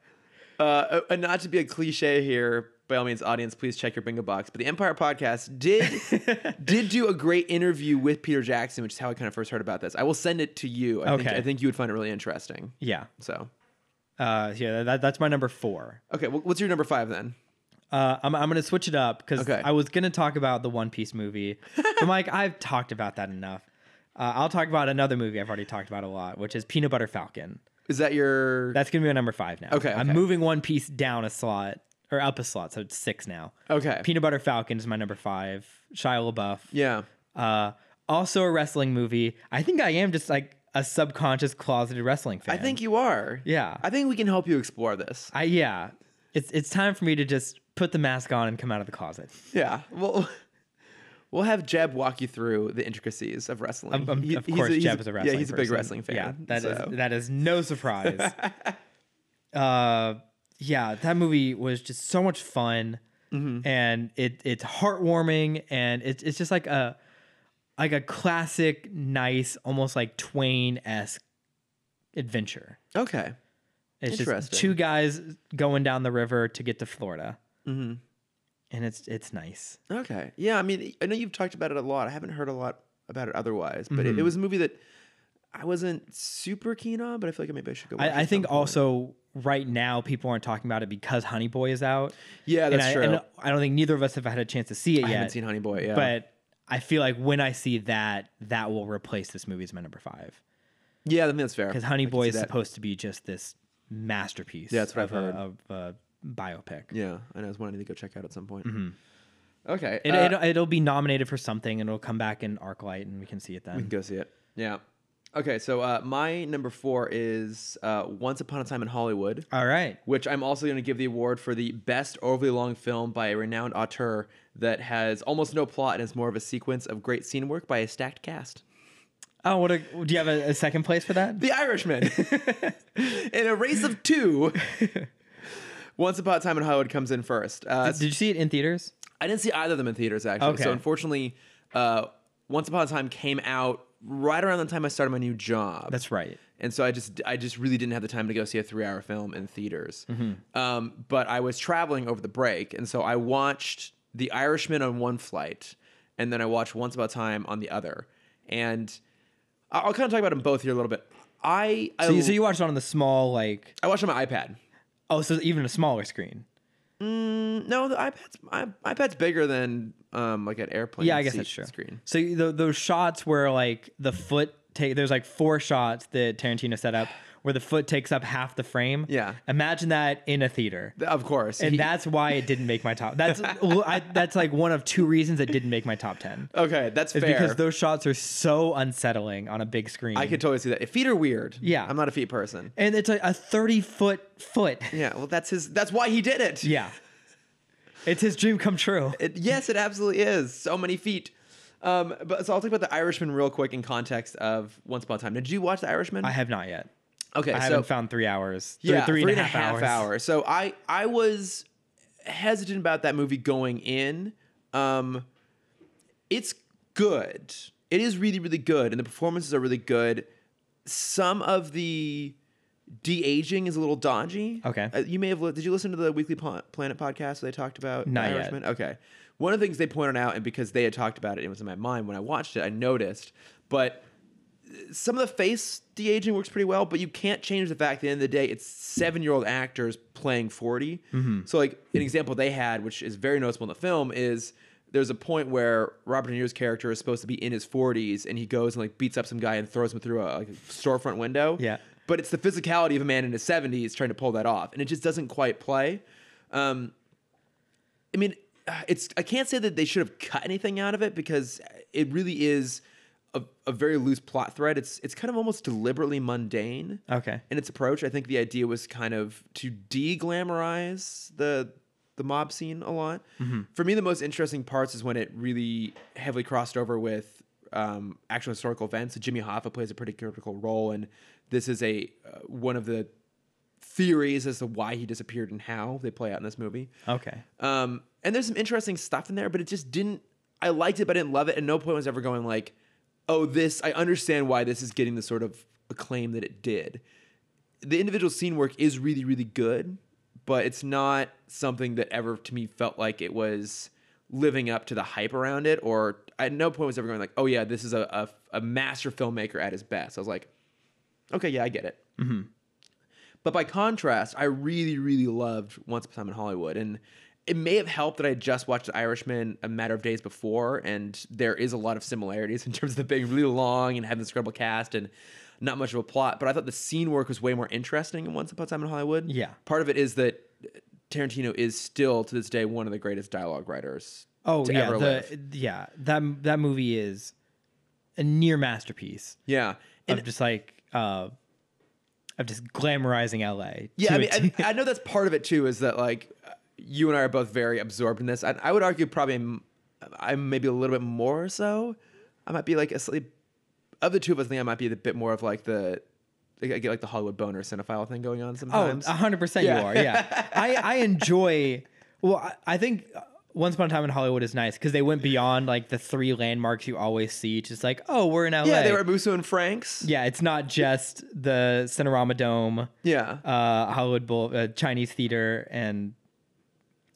Uh, and not to be a cliche here, by all means, audience, please check your bingo box. But the Empire podcast did did do a great interview with Peter Jackson, which is how I kind of first heard about this. I will send it to you. I think Okay. I think you would find it really interesting. Yeah, So uh, yeah. That, that's my number four. okay, well, what's your number five then? Uh, I'm, I'm gonna switch it up because Okay. I was gonna talk about the One Piece movie. I'm like, I've talked about that enough. Uh, I'll talk about another movie I've already talked about a lot, which is Peanut Butter Falcon. Is that your That's gonna be my number five now. Okay, I'm okay. moving One Piece down a slot or up a slot, so it's six now. okay? Peanut Butter Falcon is my number five. Shia LaBeouf. yeah, Uh, also a wrestling movie. I think I am just like a subconscious closeted wrestling fan. I think you are. Yeah. I think we can help you explore this. I yeah. It's it's time for me to just put the mask on and come out of the closet. Yeah. Well, we'll have Jeb walk you through the intricacies of wrestling. Um, He- of he's course, a- he's Jeb is a wrestling. Yeah, he's a big person. wrestling fan. Yeah, that is so. that is no surprise. uh, yeah, that movie was just so much fun, and it it's heartwarming, and it's it's just like a like a classic, nice, almost like Twain esque adventure. okay. It's just Interesting. two guys going down the river to get to Florida, Mm-hmm. and it's it's nice. Okay. Yeah, I mean, I know you've talked about it a lot. I haven't heard a lot about it otherwise, but Mm-hmm. it, it was a movie that I wasn't super keen on, but I feel like maybe I should go. Watch it I, I at think some point. also right now people aren't talking about it because Honey Boy is out. Yeah, and that's I, true. And I don't think neither of us have had a chance to see it I yet. haven't seen Honey Boy. Yeah, But I feel like when I see that, that will replace this movie as my number five yeah, I think that's fair. because Honey I can Boy see is that. supposed to be just this masterpiece. Yeah, that's what I've of a- heard. of a biopic. Yeah, I know it's one I need to go check out at some point. Okay, Mm-hmm. It, uh, it'll, it'll be nominated for something, and it'll come back in ArcLight, and we can see it we can then. go see it. Yeah. Okay, so uh, my number four is uh, Once Upon a Time in Hollywood, All right. which I'm also going to give the award for the best overly long film by a renowned auteur that has almost no plot and is more of a sequence of great scene work by a stacked cast. Oh, what a, do you have a, a second place for that? The Irishman. in a race of two, Once Upon a Time in Hollywood comes in first. Uh, Did you see it in theaters? I didn't see either of them in theaters actually. Okay. So unfortunately, uh, Once Upon a Time came out right around the time I started my new job. That's right. and so I just I just really didn't have the time to go see a three hour film in theaters. Mm-hmm. Um, but I was traveling over the break, and so I watched The Irishman on one flight, and then I watched Once Upon a Time on the other. And I- I'll kind of talk about them both here a little bit. I I, So you, so you watched it on the small, like, I watched on my iPad. oh, so even a smaller screen. No, the iPad's I, iPad's bigger than um like an airplane. Yeah, I guess seat that's true. Screen. So you- tho- those shots where like the foot take there's like four shots that Tarantino set up where the foot takes up half the frame. Yeah. Imagine that in a theater. Th- Of course. And He- that's why it didn't make my top. That's I, that's like one of two reasons it didn't make my top ten. okay, that's It's fair. because those shots are so unsettling on a big screen. I could totally see that. If feet are weird. Yeah. I'm not a feet person. and it's like a thirty foot foot. Yeah, well that's his that's why he did it. Yeah, it's his dream come true. It, yes, it absolutely is. So many feet. Um, but so I'll talk about the Irishman real quick in context of Once Upon a Time. Did you watch the Irishman? I have not yet. okay, I so haven't found three hours. Three- yeah, three and a half hours. hours. So I I was hesitant about that movie going in. Um, it's good. It is really really good, and the performances are really good. Some of the de aging is a little dodgy. Okay. Uh, you may have li- did you listen to the Weekly Pla- Planet podcast where they talked about Not the yet. Irishman? Okay. One of the things they pointed out, and because they had talked about it, it was in my mind when I watched it. I noticed, but some of the face de aging works pretty well, but you can't change the fact. At the end of the day, it's seven year old actors playing 40 So, like an example they had, which is very noticeable in the film, is there's a point where Robert De Niro's character is supposed to be in his forties, and he goes and like beats up some guy and throws him through a like, storefront window. Yeah. but it's the physicality of a man in his seventies trying to pull that off, and it just doesn't quite play. Um, I mean, uh, it's I can't say that they should have cut anything out of it because it really is a, a very loose plot thread. It's it's kind of almost deliberately mundane Okay. in its approach. I think the idea was kind of to de-glamorize the the mob scene a lot. For me, the most interesting parts is when it really heavily crossed over with um, actual historical events. Jimmy Hoffa plays a pretty critical role, and this is a uh, one of the theories as to why he disappeared and how they play out in this movie. Okay. Um, and there's some interesting stuff in there, but it just didn't. I liked it, but I didn't love it. And no point was ever going like, "Oh, this." I understand why this is getting the sort of acclaim that it did. The individual scene work is really, really good, but it's not something that ever to me felt like it was living up to the hype around it. Or at no point was ever going like, "Oh yeah, this is a a, a master filmmaker at his best." I was like, "Okay, yeah, I get it." Mm-hmm. But by contrast, I really, really loved Once Upon a Time in Hollywood. And it may have helped that I had just watched The Irishman a matter of days before, and there is a lot of similarities in terms of it being really long and having this incredible cast and not much of a plot. But I thought the scene work was way more interesting in Once Upon a Time in Hollywood. Yeah. Part of it is that Tarantino is still, to this day, one of the greatest dialogue writers Oh to yeah, ever the, live. yeah. That that movie is a near masterpiece Yeah. And of just like uh, of just glamorizing LA. Yeah, to I a mean, T. I, I know that's part of it too. Is that like you and I are both very absorbed in this, and I would argue probably I'm, I'm maybe a little bit more so. I might be like asleep. Of the two of us, I think I might be a bit more of like the I get like the Hollywood boner cinephile thing going on Oh, sometimes. 100% Yeah. you are. Yeah. I, I enjoy, well, I, I think uh, Once Upon a Time in Hollywood is nice because they went beyond like the three landmarks you always see. Just like, oh, we're in LA. yeah, they were at Musso and Frank's. Yeah, it's not just the Cinerama Dome, Yeah, uh, Hollywood Bowl, uh, Chinese Theater, and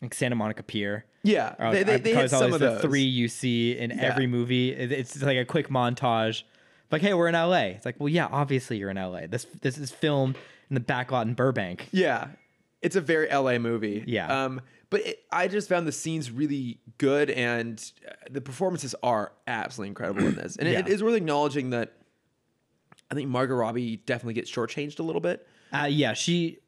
like Santa Monica Pier. yeah. Or, they they, uh, they hit because some always of the those. three you see in every movie. It- It's just like a quick montage. Like, hey, we're in LA. It's like, well, yeah, obviously you're in LA. This this is filmed in the back lot in Burbank. Yeah. It's a very LA movie. Yeah. Um, but it, I just found the scenes really good and uh, the performances are absolutely incredible in this. And it- it Yeah. is worth acknowledging that I think Margot Robbie definitely gets shortchanged a little bit. Uh, yeah, she.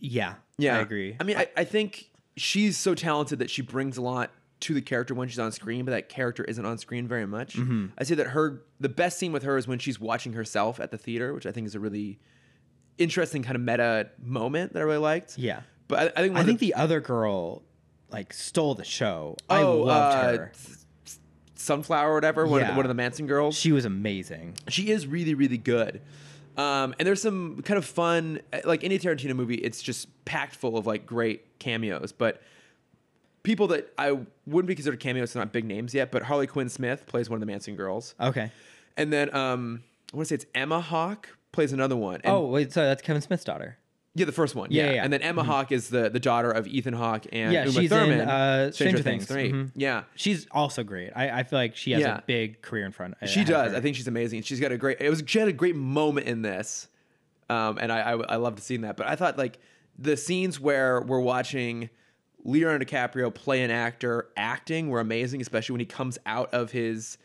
Yeah, I agree. I mean, I, I think she's so talented that she brings a lot to the character when she's on screen, but that character isn't on screen very much. Mm-hmm. I say that her the best scene with her is when she's watching herself at the theater, which I think is a really interesting kind of meta moment that I really liked. Yeah. But I, I think one I of think the other girl like stole the show. I oh, loved uh, her. S- S- Sunflower or whatever, one, of the, Yeah. one of the Manson girls. She was amazing. she is really really good um, and there's some kind of fun eh, like any tarantino movie it's just packed full of like great cameos but people that i wouldn't be considered cameos they're not big names yet but harley quinn smith plays one of the manson girls Okay. and then um, i want to say it's emma hawk plays another one and, Oh wait, so that's Kevin Smith's daughter. yeah the first one Yeah, yeah, Mm-hmm. yeah. and then emma hawk is the the daughter of ethan hawk and Yeah, Uma she's in, Thurman, uh, Stranger Things. three Mhm. yeah She's also great. I, I feel like she has Yeah. a big career in front. uh, She ahead of does. her. I think she's amazing. She's got a great. It was she had a great moment in this, um, and I I, I loved seeing that. But I thought like the scenes where we're watching Leonardo DiCaprio play an actor acting were amazing, especially when he comes out of his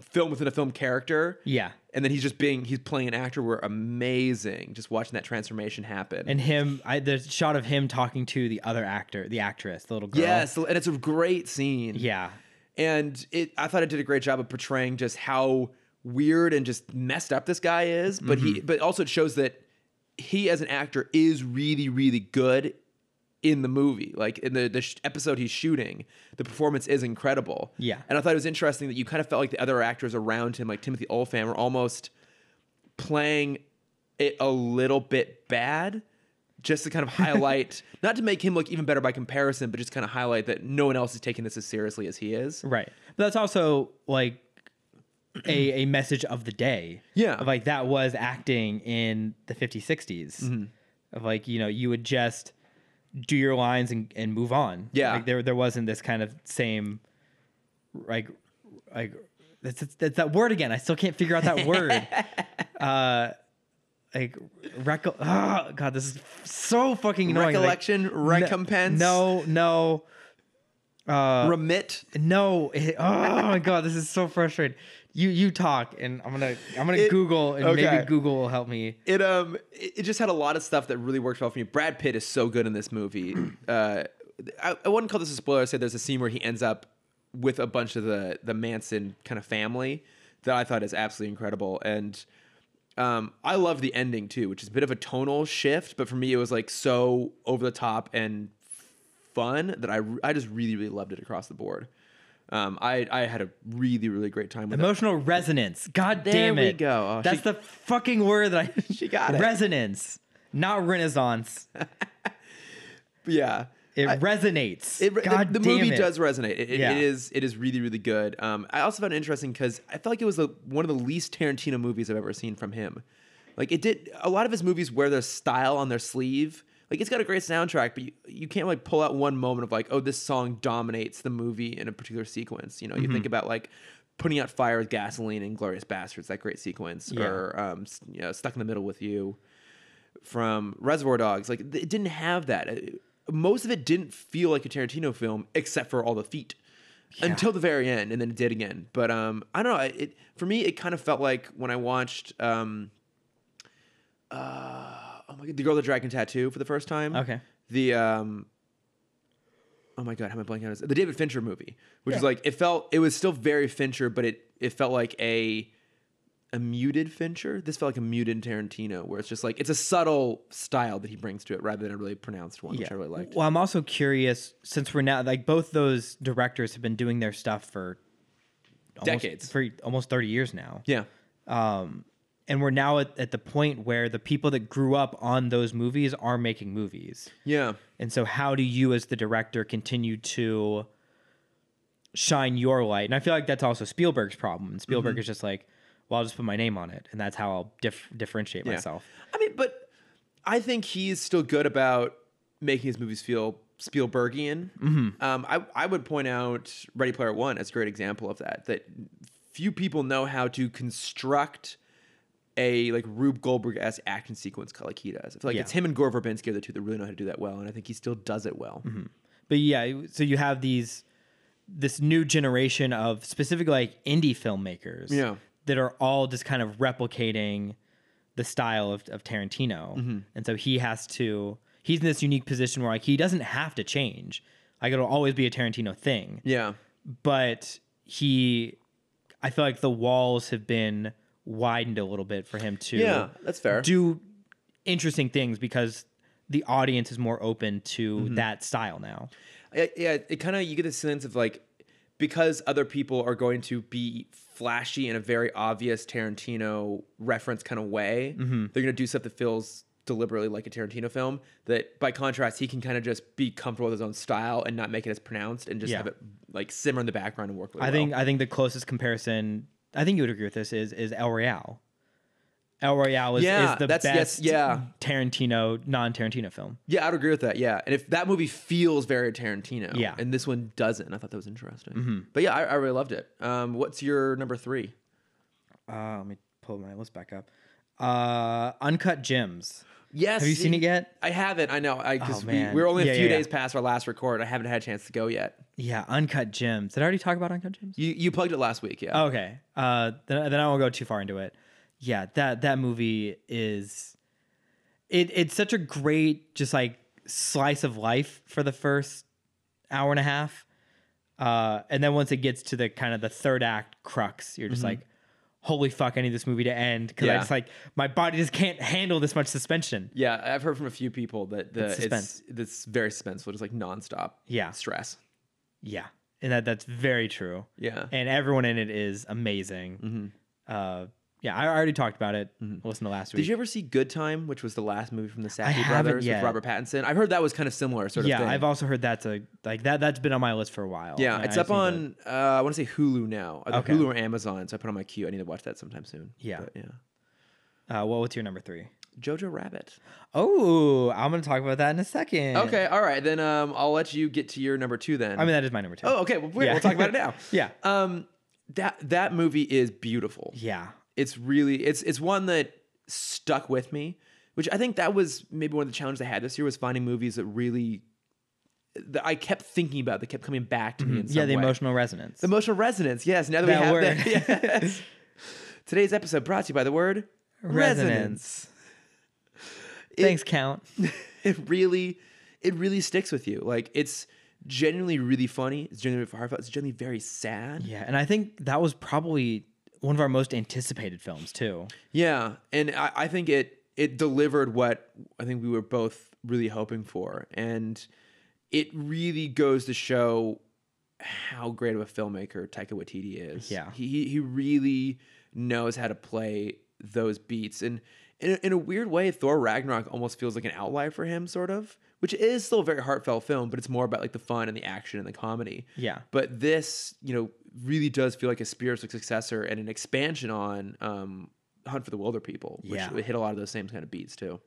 film within a film character. Yeah. And then he's just being he's playing an actor were amazing. Just watching that transformation happen. And him, I, the shot of him talking to the other actor, the actress, the little girl. yes, and it's a great scene. Yeah. and it i thought it did a great job of portraying just how weird and just messed up this guy is but he but also it shows that he as an actor is really really good in the movie like in the, the sh- episode he's shooting the performance is incredible Yeah. and i thought it was interesting that you kind of felt like the other actors around him like timothy olyphant were almost playing it a little bit bad just to kind of highlight not to make him look even better by comparison but just kind of highlight that no one else is taking this as seriously as he is Right. But that's also like a, a message of the day. Yeah. Of like that was acting in the 50s, 60s. Mm-hmm. Of like, you know, you would just do your lines and, and move on. Yeah. Like there, there wasn't this kind of same, like, like, that's, that's, that's that word again. I still can't figure out that word. uh, like, reco- oh, God, this is so fucking annoying. Like, Recollection, no- recompense. No, uh, no. remit No. it- oh my god, this is so frustrating. You you talk, and I'm gonna I'm gonna It- Google, and okay. maybe Google will help me. it um it it just had a lot of stuff that really worked well for me brad pitt is so good in this movie uh I, I wouldn't call this a spoiler i say there's a scene where he ends up with a bunch of the the manson kind of family that i thought is absolutely incredible and um i love the ending too which is a bit of a tonal shift but for me it was like so over the top and fun that i i just really really loved it across the board um i i had a really really great time with it Emotional resonance. God There damn we it. go. Oh, That's she- the fucking word that I She got it. Resonance, not renaissance. yeah It resonates. It, God the, the damn movie it. does resonate. It- it- Yeah. it is it is really really good. Um, I also found it interesting because I felt like it was the, one of the least Tarantino movies I've ever seen from him. Like it did a lot of his movies wear their style on their sleeve. Like it's got a great soundtrack, but you, you can't like pull out one moment of like, oh, this song dominates the movie in a particular sequence. You know, you think about like putting out fire with gasoline and Glorious Bastards, that great sequence, Yeah. or um, s- you know, stuck in the middle with you from Reservoir Dogs. Like th- it didn't have that. It- Most of it didn't feel like a Tarantino film, except for all the feet, until the very end, and then it did again. But um, I don't know. It for me, it kind of felt like when I watched um, uh, oh my god, the girl with the dragon tattoo for the first time. Okay. The um, oh my god, how am I blanking on this? The David Fincher movie, which is like it felt it was still very Fincher, but it it felt like a a muted Fincher. This felt like a muted Tarantino, where it's just like it's a subtle style that he brings to it rather than a really pronounced one, which I really liked. Well, I'm also curious since we're now like both those directors have been doing their stuff for almost- Decades. for almost 30 years now. Yeah, and we're now at, at the point where the people that grew up on those movies are making movies yeah, and so how do you as the director continue to shine your light and i feel like that's also spielberg's problem and spielberg is just like well i'll just put my name on it and that's how i'll dif- differentiate yeah. myself I mean, but I think he's still good about making his movies feel Spielbergian. Mm-hmm. Um, I I would point out Ready Player One as a great example of that. That few people know how to construct a like Rube Goldberg esque action sequence like he does. I feel like Yeah. it's him and Gore Verbinski are the two that really know how to do that well, and I think he still does it well. Mm-hmm. but yeah so you have these this new generation of specifically like indie filmmakers Yeah. that are all just kind of replicating the style of, of Mm-hmm. tarantino and so he has to he's in this unique position where like he doesn't have to change like it'll always be a Tarantino thing. Yeah. But he, I feel like the walls have been widened a little bit for him to Yeah, that's fair. do interesting things because the audience is more open to Mm-hmm. that style now. I- yeah, it kind of you get a sense of like because other people are going to be flashy in a very obvious Tarantino reference kind of way, Mm-hmm. they're going to do stuff that feels deliberately like a Tarantino film. That by contrast, he can kind of just be comfortable with his own style and not make it as pronounced and just Yeah. have it like simmer in the background and work. Really I well. think I think the closest comparison I think you would agree with this is is El Royale. El Royale is, Yeah, is the that's- yes, best yeah. Tarantino non Tarantino film. yeah, I'd agree with that. Yeah, and if that movie feels very Tarantino, Yeah. Mm-hmm. and this one doesn't, I thought that was interesting. But yeah, I, I really loved it. Um, what's your number three? Uh, let me pull my list back up. Uh, Uncut Gems. Yes. Have you seen it yet? I haven't. I know. I because Oh, we, man. we're only a Yeah, few yeah, yeah. days past our last record. I haven't had a chance to go yet. Yeah, Uncut Gems. Did I already talk about Uncut Gems? You you plugged it last week, yeah. Okay. Uh, then, then I won't go too far into it. Yeah, that that movie is it it's such a great just like slice of life for the first hour and a half. Uh, and then once it gets to the kind of the third act crux, you're just like, holy fuck, I need this movie to end because I Mm-hmm. Yeah. just like my body just can't handle this much suspension. Yeah, I've heard from a few people that the It's it's suspense. it's, very suspenseful, just like nonstop Yeah. stress. Yeah, and that that's very true. Yeah. and everyone in it is amazing. Uh, yeah, I already talked about it. Listen to last Mm-hmm. week. Did you ever see Good Time, which was the last movie from the Safdie haven't brothers yet. with Robert Pattinson? I've heard that was kind of similar sort yeah, of thing. I've also heard that's a like that that's been on my list for a while. yeah, And it's I up just need to- on uh, I want to say Hulu now, either Okay. Hulu or Amazon. So I put on my queue. I need to watch that sometime soon. Yeah. But, yeah. uh, well, what's your number three? Jojo Rabbit. Oh, I'm gonna talk about that in a second. Okay, all right, then um, I'll let you get to your number two then. I mean that is my number two. oh, okay, well, Yeah. we'll talk about it now. yeah, um that that movie is beautiful yeah, it's really it's it's one that stuck with me which i think that was maybe one of the challenges i had this year was finding movies that really that i kept thinking about that kept coming back to me in some Mm-hmm. yeah. The way. emotional resonance. The emotional resonance yes now that, That we have word. that yes. today's episode brought to you by the word Resonance. It- Thanks, Count. it really it really sticks with you like it's genuinely really funny it's genuinely heartfelt it's genuinely very sad Yeah, and I think that was probably one of our most anticipated films too. Yeah, and I, I think it it delivered what I think we were both really hoping for, and it really goes to show how great of a filmmaker Taika Waititi is. Yeah. he he- he really knows how to play those beats, and in a, in a weird way, Thor Ragnarok almost feels like an outlier for him, sort of, which is still a very heartfelt film, but it's more about like the fun and the action and the comedy. Yeah. But this, you know, really does feel like a spiritual successor and an expansion on um, Hunt for the Wilder People, which Yeah. it hit a lot of those same kind of beats too.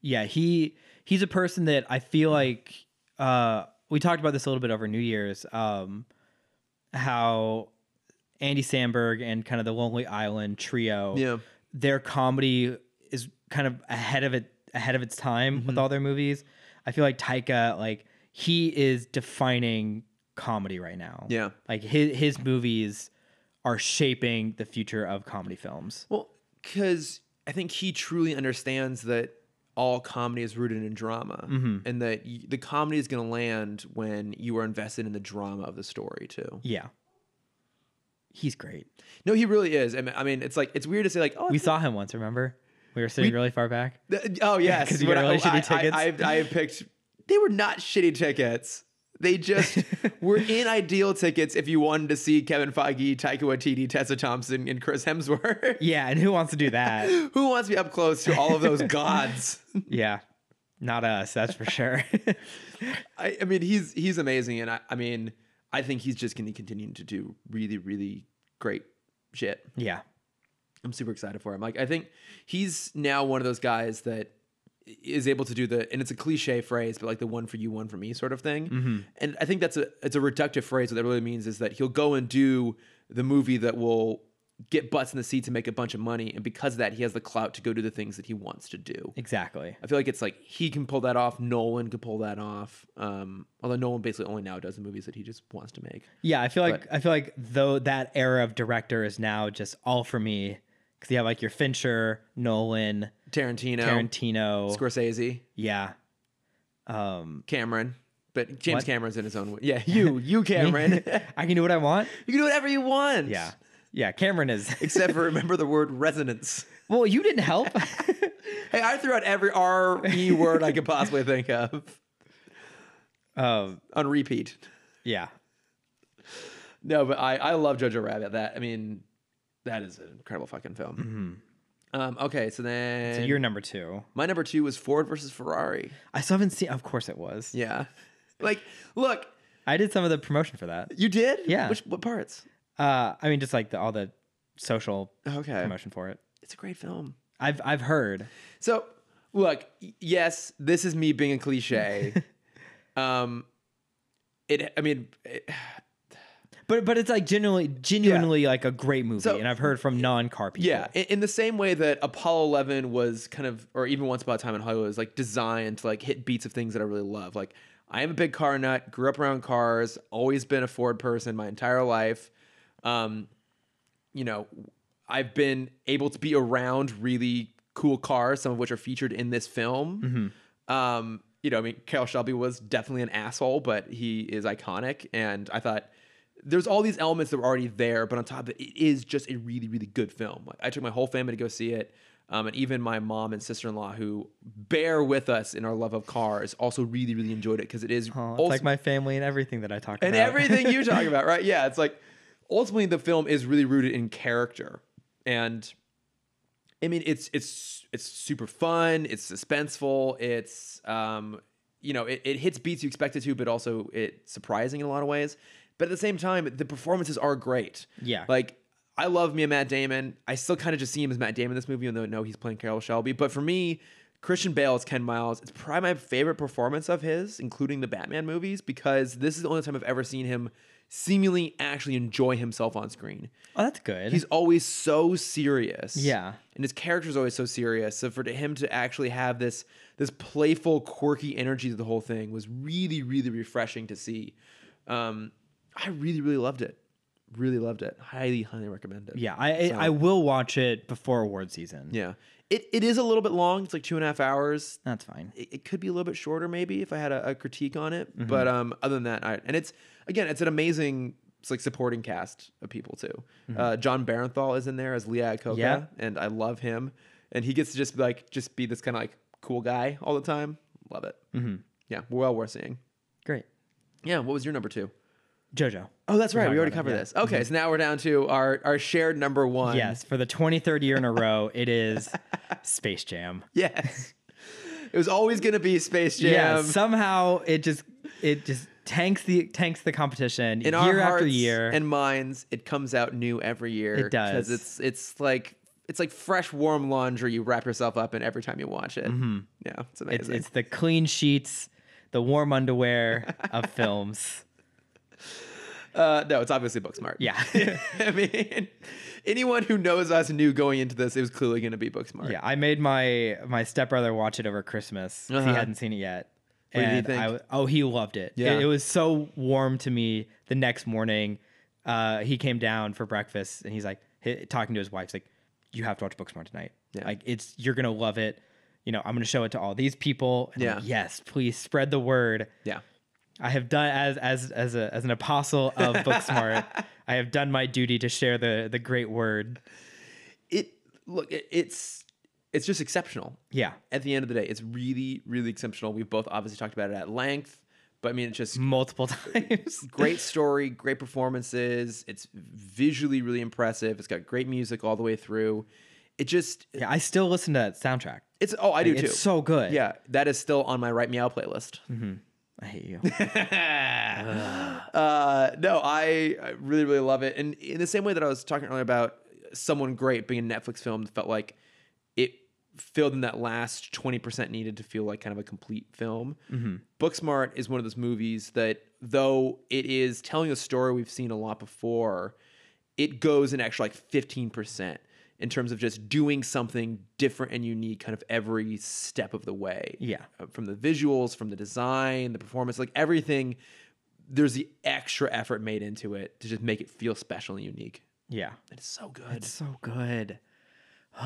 yeah he he's a person that i feel like uh we talked about this a little bit over new year's um how andy samberg and kind of the lonely island trio Yeah. their comedy is kind of ahead of it ahead of its time Mm-hmm. with all their movies i feel like taika like he is defining comedy right now Yeah. like his, his movies are shaping the future of comedy films Well, because I think he truly understands that all comedy is rooted in drama, Mm-hmm. and that y- the comedy is going to land when you are invested in the drama of the story too. yeah he's great No, he really is. I mean, I mean, it's like it's weird to say like, oh, We it's- saw him once, remember? We were sitting really far back. th- oh yes, 'cause you When got really shitty tickets. I, I, I, I picked. They were not shitty tickets. They just were in ideal tickets if you wanted to see Kevin Feige, Taika Waititi, Tessa Thompson, and Chris Hemsworth. Yeah, and who wants to do that? Who wants to be up close to all of those gods? yeah. Not us, that's for sure. I, I mean, he's he's amazing, and I, I mean, I think he's just going to continue to do really, really great shit. yeah. I'm super excited for him. Like, I think he's now one of those guys that is able to do the, and it's a cliche phrase, but like the one for you, one for me sort of thing. And I think that's a, it's a reductive phrase. What that really means is that he'll go and do the movie that will get butts in the seats and make a bunch of money. And because of that, he has the clout to go do the things that he wants to do. Exactly. I feel like it's like he can pull that off. Nolan can pull that off. Um, although Nolan basically only now does the movies that he just wants to make. Yeah, I feel like I feel like though that era of director is now just all for me. Cause you have like your Fincher, Nolan, Tarantino, Tarantino. Scorsese, Yeah. Um Cameron. But James What? Cameron's in his own way. Yeah, you, you Cameron. you can I can do what I want. do whatever you want. Yeah. Yeah, Cameron is. Except for remember the word resonance. well, you didn't help. Hey, I threw out every R E word I could possibly think of um, on repeat. yeah. No, but I I love Jojo Rabbit. That I mean, that is an incredible fucking film. Um, okay, so then So you're number two. my number two was Ford versus Ferrari. I still haven't seen. Of course, it was. Yeah, like look, I did some of the promotion for that. you did. Yeah. Which what parts? Uh, I mean, just like the, all the social Okay, promotion for it. it's a great film. I've I've heard. So look, y- yes, this is me being a cliche. um, it. I mean, it, But but it's like genuinely genuinely like a great movie, So- and I've heard from non car people. Yeah, in, in the same way that Apollo 11 was kind of, or even Once Upon a Time in Hollywood was like designed to like hit beats of things that I really love. Like, I am a big car nut, grew up around cars, always been a Ford person my entire life. Um, you know, I've been able to be around really cool cars, some of which are featured in this film. Um, you know, I mean, Carol Shelby was definitely an asshole, but he is iconic. And I thought there's all these elements that were already there, but on top of it, it is just a really, really good film. Like, I took my whole family to go see it. Um, and even my mom and sister in law, who bear with us in our love of cars, also really, really enjoyed it because it is Oh, it's ultimately- like my family and everything that I talk and about. everything you talk about, right? Yeah, it's like ultimately the film is really rooted in character, and I mean it's it's it's super fun, it's suspenseful, it's um you know it, it hits beats you expect it to, but also it's surprising in a lot of ways. But at the same time, the performances are great. Yeah. like. I love me a Matt Damon. I still kind of just see him as Matt Damon in this movie, even though I know he's playing Carol Shelby. But for me, Christian Bale as Ken Miles. It's probably my favorite performance of his, including the Batman movies, because this is the only time I've ever seen him seemingly actually enjoy himself on screen. oh, that's good. He's always so serious. Yeah. And his character's always so serious. So for him to actually have this this playful, quirky energy to the whole thing was really, really refreshing to see. Um, I really, really loved it. Really loved it. Highly, highly recommend it. yeah, I So- I I will watch it before award season. Yeah. It, it is a little bit long. It's like two and a half hours that's fine. it, it could be a little bit shorter maybe if I had a, a critique on it. But um, other than that, I, and it's again, it's an amazing it's like supporting cast of people too. Uh, John Barenthal is in there as Leah Coca, Yeah. and I love him. And he gets to just like just be this kind of like cool guy all the time. Love it. Mm-hmm. Yeah, well worth seeing. Great, Yeah, what was your number two? Jojo. Oh, that's right. We talking already about covered it, this. Okay, so now we're down to our our shared number one. Yes, for the 23rd year in a row, it is Space Jam. Yes. it was always going to be Space Jam. Yeah, somehow it just it just tanks the tanks the competition in year our after hearts year. and minds, it comes out new every year. It does. because it's it's like it's like fresh, warm laundry. You wrap yourself up in every time you watch it. Yeah, it's Mm-hmm. it's, amazing. it's the clean sheets, the warm underwear of films. uh, no, it's obviously Booksmart. Yeah. I mean, anyone who knows us knew going into this, it was clearly going to be Booksmart. Yeah, I made my my stepbrother watch it over Christmas. 'cause Uh-huh. He hadn't seen it yet. What did he And think? I w- oh, he loved it. Yeah. It, it was so warm to me the next morning. Uh, he came down for breakfast and he's like hi talking to his wife. He's like, "You have to watch Booksmart tonight. Yeah. Like, it's you're gonna love it. You know, I'm gonna show it to all these people. And I'm Yeah. like, yes, please spread the word. yeah. I have done as as as a as an apostle of Booksmart. I have done my duty to share the the great word. It look, it, it's it's just exceptional. Yeah, At the end of the day, it's really, really exceptional. We've both obviously talked about it at length, but I mean, it's just multiple times. great story, great performances. It's visually really impressive. It's got great music all the way through. It just Yeah, I still listen to that soundtrack. it's oh I do too. It's so good. yeah, that is still on my right meow playlist. I hate you. uh, no, I, I really really love it, and in the same way that I was talking earlier about someone great being a Netflix film, felt like it filled in that last twenty percent needed to feel like kind of a complete film. Booksmart is one of those movies that though it is telling a story we've seen a lot before, it goes an extra like fifteen percent. In terms of just doing something different and unique, kind of every step of the way Yeah. uh, from the visuals, from the design, the performance, like everything. There's the extra effort made into it to just make it feel special and unique. yeah. It's so good. so good. I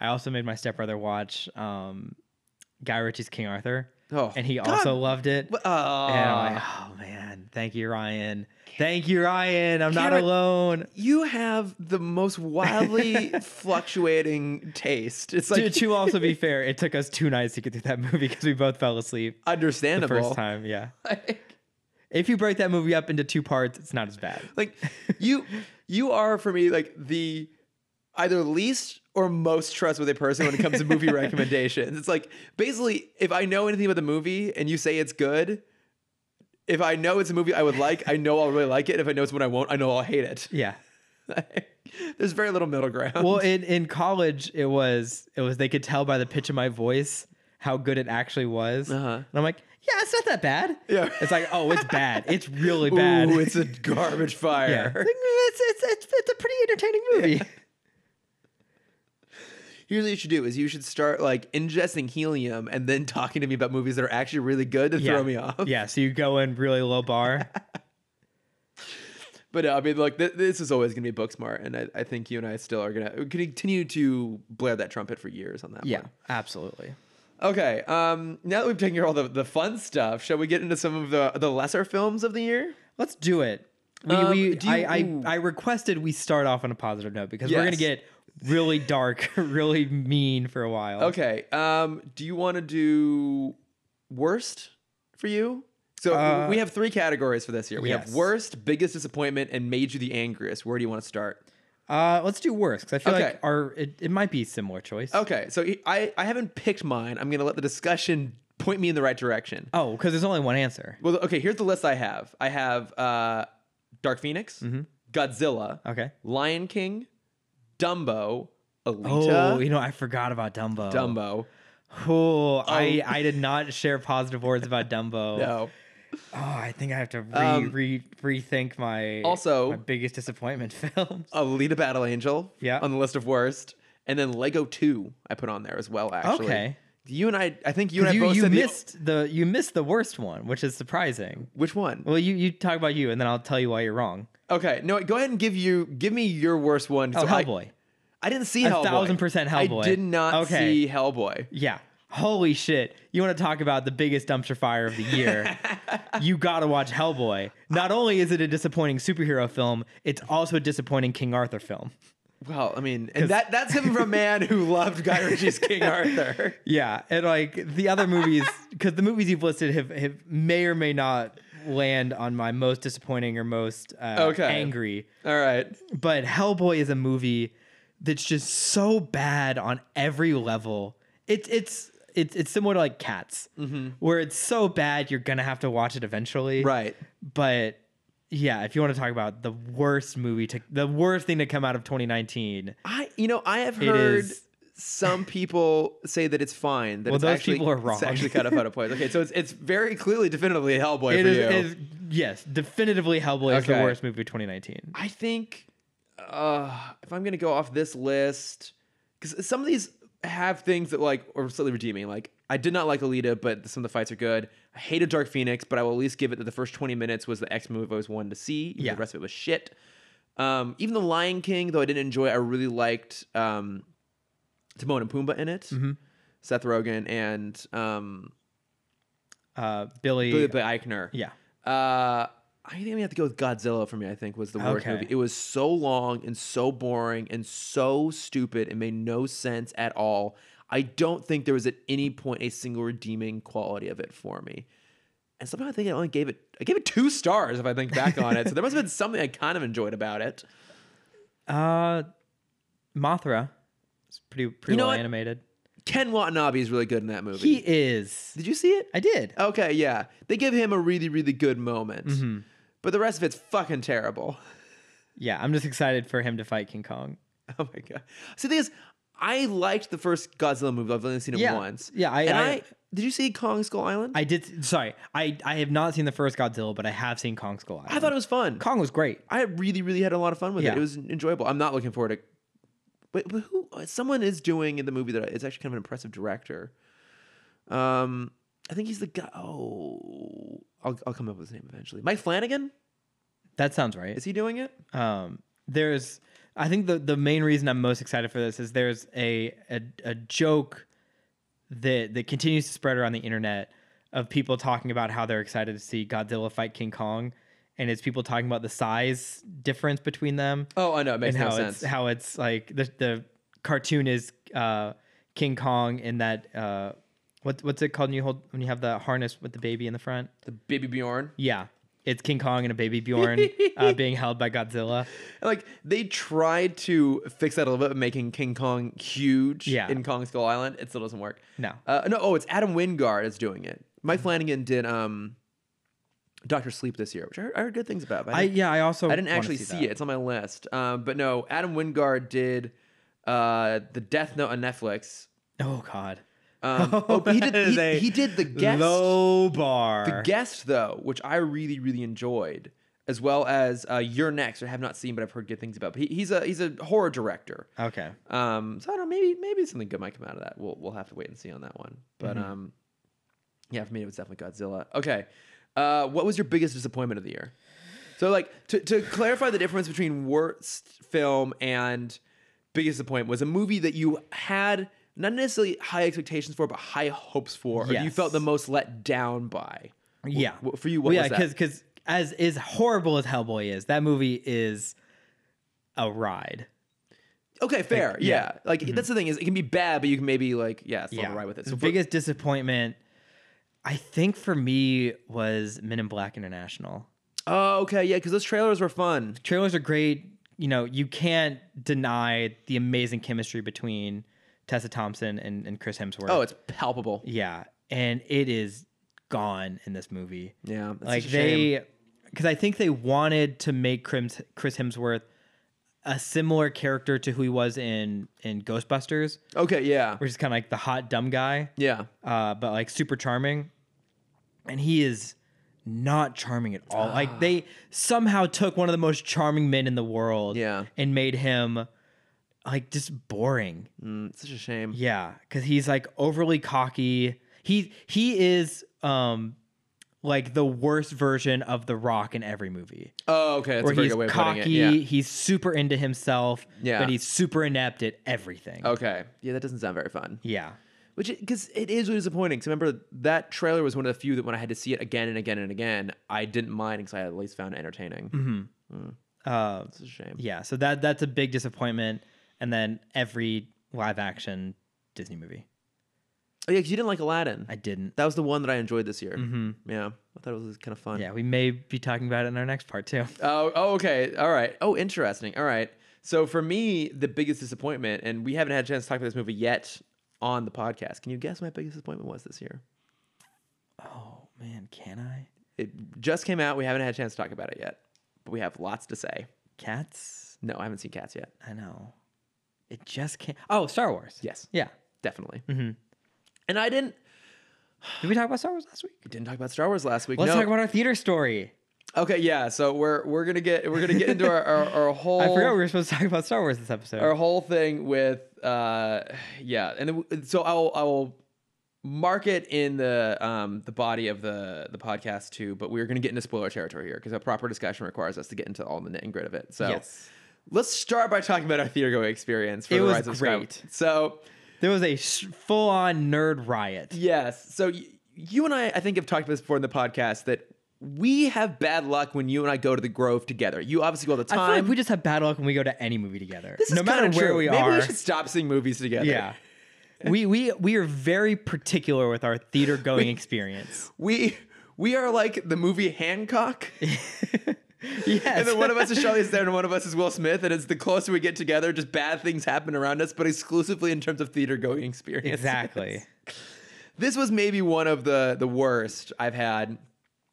also made my stepbrother watch um Guy Ritchie's King Arthur. Oh, and he God. also loved it. Wh- and uh, I'm like, oh man, thank you, Ryan. Thank you, Ryan. I'm not Garrett- alone. you have the most wildly fluctuating taste. It's like to, to also be fair, it took us two nights to get through that movie because we both fell asleep the understandable. first time. Yeah. Like, If you break that movie up into two parts, it's not as bad. like you, you are for me like the either least or most trustworthy person when it comes to movie recommendations. It's like basically if I know anything about the movie and you say it's good. If I know it's a movie I would like, I know I'll really like it. If I know it's one I won't, I know I'll hate it. Yeah. There's very little middle ground. Well, in, in college, it was it was they could tell by the pitch of my voice how good it actually was, Uh-huh. and I'm like, yeah, it's not that bad. Yeah. It's like, oh, it's bad. It's really bad. Ooh, it's a garbage yeah. fire. Like, it's, it's, it's, it's a pretty entertaining movie. Here's what you should do: is you should start like ingesting helium and then talking to me about movies that are actually really good to Yeah. throw me off. Yeah, so you go in really low bar. But uh, I mean, look, th- this is always going to be Booksmart, and I, I think you and I still are going to continue to blare that trumpet for years on that. yeah, one. absolutely. Okay. Um. Now that we've taken care of all the, the fun stuff, shall we get into some of the the lesser films of the year? Let's do it. We, Um, we do you- I, I ooh. I requested we start off on a positive note because we're gonna Yes. get really dark, really mean for a while. Okay. Um. Do you want to do worst for you? So Uh, we have three categories for this year. We yes. have worst, biggest disappointment, and made you the angriest. Where do you want to start? Uh, let's do worse because I feel Okay. like our it, it might be a similar choice. Okay, so he- I, I haven't picked mine. I'm going to let the discussion point me in the right direction. Oh, because there's only one answer. Well, okay, here's the list I have I have uh, Dark Phoenix, Mm-hmm. Godzilla, Okay. Lion King, Dumbo, Oh, Alita, you know I forgot about Dumbo. Dumbo. Oh, I I did not share positive words about Dumbo. No. Oh, I think I have to re, Um, re rethink my Also- my biggest disappointment films. Alita Battle Angel Yeah. on the list of worst. And then Lego 2 I put on there as well, actually. Okay. You and I, I think you and I you both you said the- missed the you missed the worst one, which is surprising. which one? Well, you you talk about you, and then I'll tell you why you're wrong. Okay, no, go ahead and give you give me your worst one. so Oh, I- Hellboy. I didn't see A Hellboy. thousand percent Hellboy. I did not Okay. see Hellboy. Yeah. Holy shit. You want to talk about the biggest dumpster fire of the year? you got to watch Hellboy. Not only is it a disappointing superhero film, it's also a disappointing King Arthur film. Well, I mean, and that that's him from a man who loved Guy Ritchie's King Arthur. Yeah. And like the other movies, because the movies you've listed have, have may or may not land on my most disappointing or most uh, Okay. angry. All right. but Hellboy is a movie that's just so bad on every level. It's it's it's it's similar to like Cats, where it's so bad you're gonna have to watch it eventually. Mm-hmm. Right. But yeah, if you want to talk about the worst movie to the worst thing to come out of 2019, I you know, I have heard is- some people say that it's fine. That Well, it's those actually, people are wrong. It's actually kind of out of place. Okay, so it's it's very clearly definitively Hellboy it for is, you. is- yes, definitively Hellboy is the Okay. worst movie of 2019. I think uh, if I'm gonna go off this list, because some of these have things that like are slightly redeeming. Like I did not like Alita, but some of the fights are good. I hated Dark Phoenix, but I will at least give it that the first 20 minutes was the X move I was wanting to see. even though Yeah. the rest of it was shit. Um, even the Lion King, though I didn't enjoy, I really liked um, Timon and Pumbaa in it. Mm-hmm. Seth Rogen and um, Uh, Billy, Billy Eichner. yeah, Uh, I think I'm gonna have to go with Godzilla for me. I think was the worst Okay. movie. It was so long and so boring and so stupid. It made no sense at all. I don't think there was at any point a single redeeming quality of it for me. And somehow I think I only gave it I gave it two stars if I think back on it. So there must have been something I kind of enjoyed about it. uh, Mothra, it's pretty pretty You know well what? animated. Ken Watanabe is really good in that movie. He is. Did you see it? I did. Okay, yeah. They give him a really, really good moment. Mm-hmm. But the rest of it's fucking terrible. Yeah, I'm just excited for him to fight King Kong. Oh my god! See, the thing is, I liked the first Godzilla movie. I've only seen it Yeah. once. Yeah, I- and I- I, did you see Kong Skull Island? I, I did. Sorry, I I have not seen the first Godzilla, but I have seen Kong Skull Island. thought it was fun. Kong was great. I really, really had a lot of fun with Yeah. it. It was enjoyable. I'm not looking forward to. But, but who? uh, Someone is doing in the movie that is actually kind of an impressive director. Um, I think he's the guy. Oh, I'll I'll come up with his name eventually. Mike Flanagan That sounds right. is he doing it? Um, there's, I think the the main reason I'm most excited for this is there's a a, a joke that that continues to spread around the internet of people talking about how they're excited to see Godzilla fight King Kong, and it's people talking about the size difference between them Oh, I know. It makes and no how sense. it's how it's like the the cartoon is uh, King Kong in that uh, what what's it called when you hold when you have the harness with the baby in the front? the baby Bjorn. Yeah, it's King Kong and a baby Bjorn uh, being held by Godzilla. Like they tried to fix that a little bit, making King Kong huge Yeah. in Kong Skull Island. It still doesn't work. No. Mm-hmm. Uh, no. Oh, it's Adam Wingard is doing it. Mike Flanagan did um, Doctor Sleep this year, which I heard, I heard good things about. But I yeah, I also I didn't wanna actually see, that. it. It's on my list. Um, but no, Adam Wingard did uh, the Death Note on Netflix. Oh God, Um, oh, but he did. That is a He, he did the guest. low bar. The guest though, which I really really enjoyed, as well as uh, You're Next, which I have not seen but I've heard good things about. But he, he's a he's a horror director. okay, Um, so I don't know, maybe maybe something good might come out of that. We'll we'll have to wait and see on that one. But um, yeah, for me it was definitely Godzilla. Okay, uh, what was your biggest disappointment of the year? So like to to clarify the difference between worst film and biggest disappointment was a movie that you had not necessarily high expectations for, but high hopes for, or you Yes. felt the most let down by. yeah. wh- for you, what was that? because because as is horrible as Hellboy is, that movie is a ride. Okay, fair. yeah. Like that's the thing is it can be bad, but you can maybe like yeah, still Mm-hmm. yeah, ride with it. the So for- biggest disappointment, I think for me was Men in Black International. oh, okay, yeah, because those trailers were fun. Trailers are great. You know, you can't deny the amazing chemistry between Tessa Thompson and, and Chris Hemsworth. Oh, it's palpable. yeah, and it is gone in this movie. Yeah, that's like a shame. they because i think they wanted to make Crims- chris hemsworth a similar character to who he was in in ghostbusters Okay, yeah, which is kind of like the hot dumb guy yeah. uh, but like super charming and he is not charming at all like they somehow took one of the most charming men in the world Yeah. and made him like just boring Mm, it's such a shame. yeah, because he's like overly cocky. He he is um like the worst version of The Rock in every movie. Oh, okay, that's a Where very he's good way of cocky, putting it. Yeah. he's super into himself, Yeah. Oh. but he's super inept at everything. Okay, yeah, that doesn't sound very fun. Yeah. Which, because it is really disappointing. Because remember, that trailer was one of the few that when I had to see it again and again and again, I didn't mind because I at least found it entertaining. Mm-hmm. Uh It's a shame. yeah, so that that's a big disappointment. And then every live action Disney movie. Oh, yeah, because you didn't like Aladdin. I Mm-hmm. didn't. that was the one that I enjoyed this year. Yeah, I thought it was kind of fun. Yeah, we may be talking about it in our next part too. Oh, oh, okay. All right. Oh, interesting. All right. So for me, the biggest disappointment, and we haven't had a chance to talk about this movie yet on the podcast. Can you guess what my biggest disappointment was this year? Oh man, can I? It just came out. We haven't had a chance to talk about it yet, but we have lots to say. Cats? No, I haven't seen Cats yet. I know. It just can't. Oh, Star Wars. Yes, Yeah. definitely. Mm-hmm. And I didn't Did we talk about Star Wars last week? we didn't talk about Star Wars last week. Let's no. talk about our theater story. Okay, yeah. So we're we're gonna get we're gonna get into our our, our whole I forgot we were supposed to talk about Star Wars this episode. our whole thing with uh yeah and then w- so i will i will mark it in the um the body of the the podcast too but we're going to get into spoiler territory here because a proper discussion requires us to get into all the nit and grit of it so Yes. let's start by talking about our theater going experience for It the was rise of great. Skywalker. so There was a sh- full-on nerd riot. yes so y- you and i i think have talked about this before in the podcast that we have bad luck when you and i go to the grove together you obviously go all the I time feel like we just have bad luck when we go to any movie together. this is no matter kinda where true. we maybe are. we should stop seeing movies together yeah. we we we are very particular with our theater going experience. we we are like the movie Hancock, Yes. and then one of us is Charlize Theron, and one of us is Will Smith, and it's the closer we get together, just bad things happen around us, but exclusively in terms of theater going experience. exactly. This was maybe one of the the worst I've had.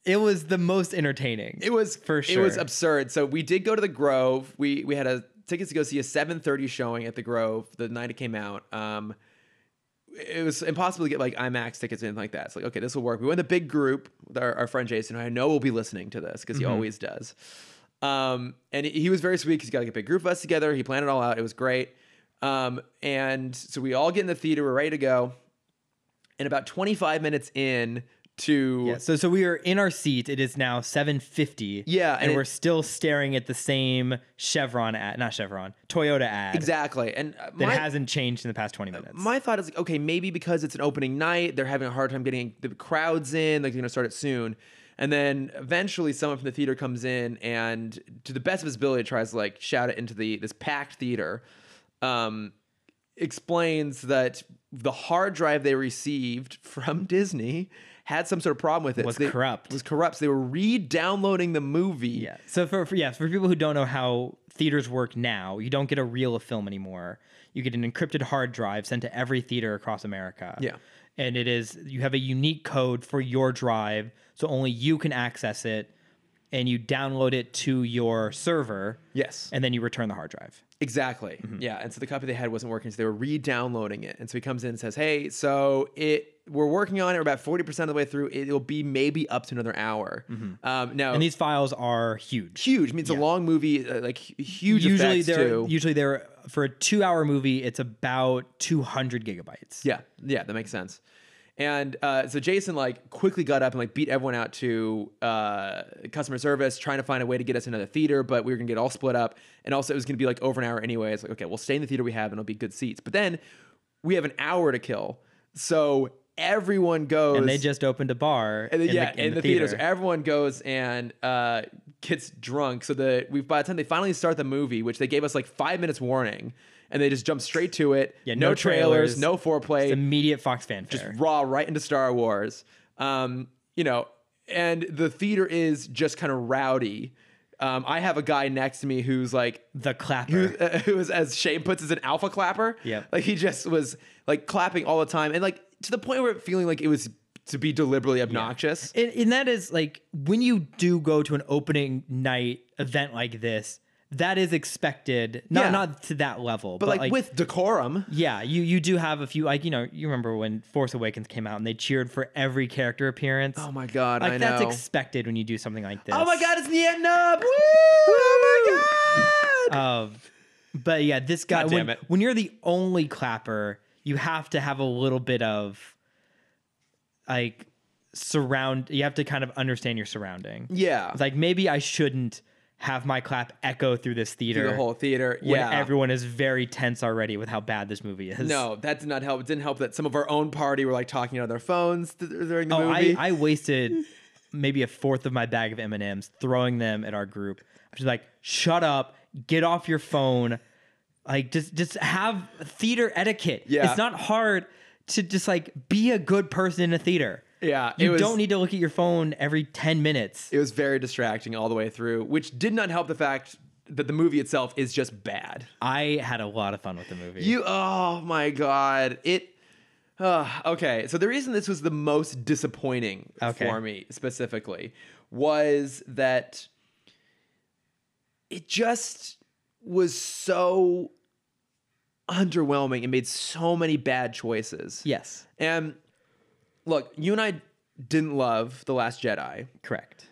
It was the most entertaining. It was For It was sure. absurd. So we did go to the Grove. We we had a tickets to go see a 7:30 showing at the Grove the night it came out. Um, it was impossible to get like IMAX tickets or anything like that. It's like, okay, this will work. We went in a big group with our, our friend Jason, who I know will be listening to this because he Mm-hmm. always does. Um, and he was very sweet because he got like a big group of us together. He planned it all out. It was great. Um, and so we all get in the theater. We're ready to go. And about 25 minutes in to Yeah, so so we are in our seat. It is now 750. Yeah, And, and it- we're still staring at the same Chevron ad, not Chevron, Toyota ad exactly. And uh, that my, hasn't changed in the past 20 minutes. my thought is like, okay, maybe because it's an opening night, they're having a hard time getting the crowds in. Like they're gonna start it soon, and then eventually someone from the theater comes in and, to the best of his ability, tries to like shout it into the this packed theater. Um, explains that the hard drive they received from Disney had some sort of problem with it. Was they- corrupt. Was corrupt. So they were re-downloading the movie. yeah. So for, for yes, for people who don't know how theaters work now, you don't get a reel of film anymore. You get an encrypted hard drive sent to every theater across America. Yeah. And it is you have a unique code for your drive, so only you can access it and you download it to your server. Yes. And then you return the hard drive. Exactly. Mm-hmm. Yeah. And so the copy they had wasn't working, so they were re-downloading it. And so he comes in and says, "Hey, so it we're working on it. We're about forty percent of the way through. It'll be maybe up to another hour. Um, now, Mm-hmm. And these files are huge. huge. I mean, it's a long movie, uh, like hu- huge. usually effects, they're too. usually they're for a two hour movie it's about 200 gigabytes Yeah, yeah, that makes sense. And uh, so Jason like quickly got up and like beat everyone out to uh, customer service, trying to find a way to get us another theater, but we were gonna get all split up, and also it was gonna be like over an hour anyway. It's like okay, we'll stay in the theater we have, and it'll be good seats. But then we have an hour to kill, so everyone goes and they just opened a bar and then- in yeah, the, in the theaters, theater. everyone goes and uh, gets drunk. So the we by the time they finally start the movie, which they gave us like five minutes warning, and they just jump straight to it. Yeah, no, no trailers, trailers. no foreplay It's immediate fox fanfare raw right into Star Wars. Um, you know, and the theater is just kind of rowdy. Um, I have a guy next to me who's like the clapper who, uh, who is as Shane puts as an alpha clapper. Yep. like he just was like clapping all the time, and like to the point where feeling like it was to be deliberately obnoxious. and, and that is like when you do go to an opening night event like this that is expected not Yeah. not to that level but, But like, with decorum, yeah, you you do have a few like you know you remember when Force Awakens came out and they cheered for every character appearance. oh my god, like I know. that's expected when you do something like this. oh my god, it's Nietten up! Woo! Oh my god! Um, but yeah, this guy. God when, damn it. when you're the only clapper, you have to have a little bit of like surround. You have to kind of understand your surrounding. yeah, It's like maybe I shouldn't have my clap echo through this theater. through the whole theater. when Yeah, everyone is very tense already with how bad this movie is. No, that did not help. It didn't help that some of our own party were like talking on their phones th- during the Oh, I, movie. I wasted maybe a fourth of my bag of M and M's throwing them at our group. I'm just like, shut up, get off your phone, like just just have theater etiquette. Yeah. it's not hard to just like be a good person in a theater. yeah, it You was, don't need to look at your phone every ten minutes. It was very distracting all the way through, which did not help the fact that the movie itself is just bad. I had a lot of fun with the movie. You, oh my god, it. Uh, okay, so the reason this was the most disappointing Okay. for me specifically was that it just was so underwhelming and made so many bad choices. yes, And look, you and I didn't love The Last Jedi. correct.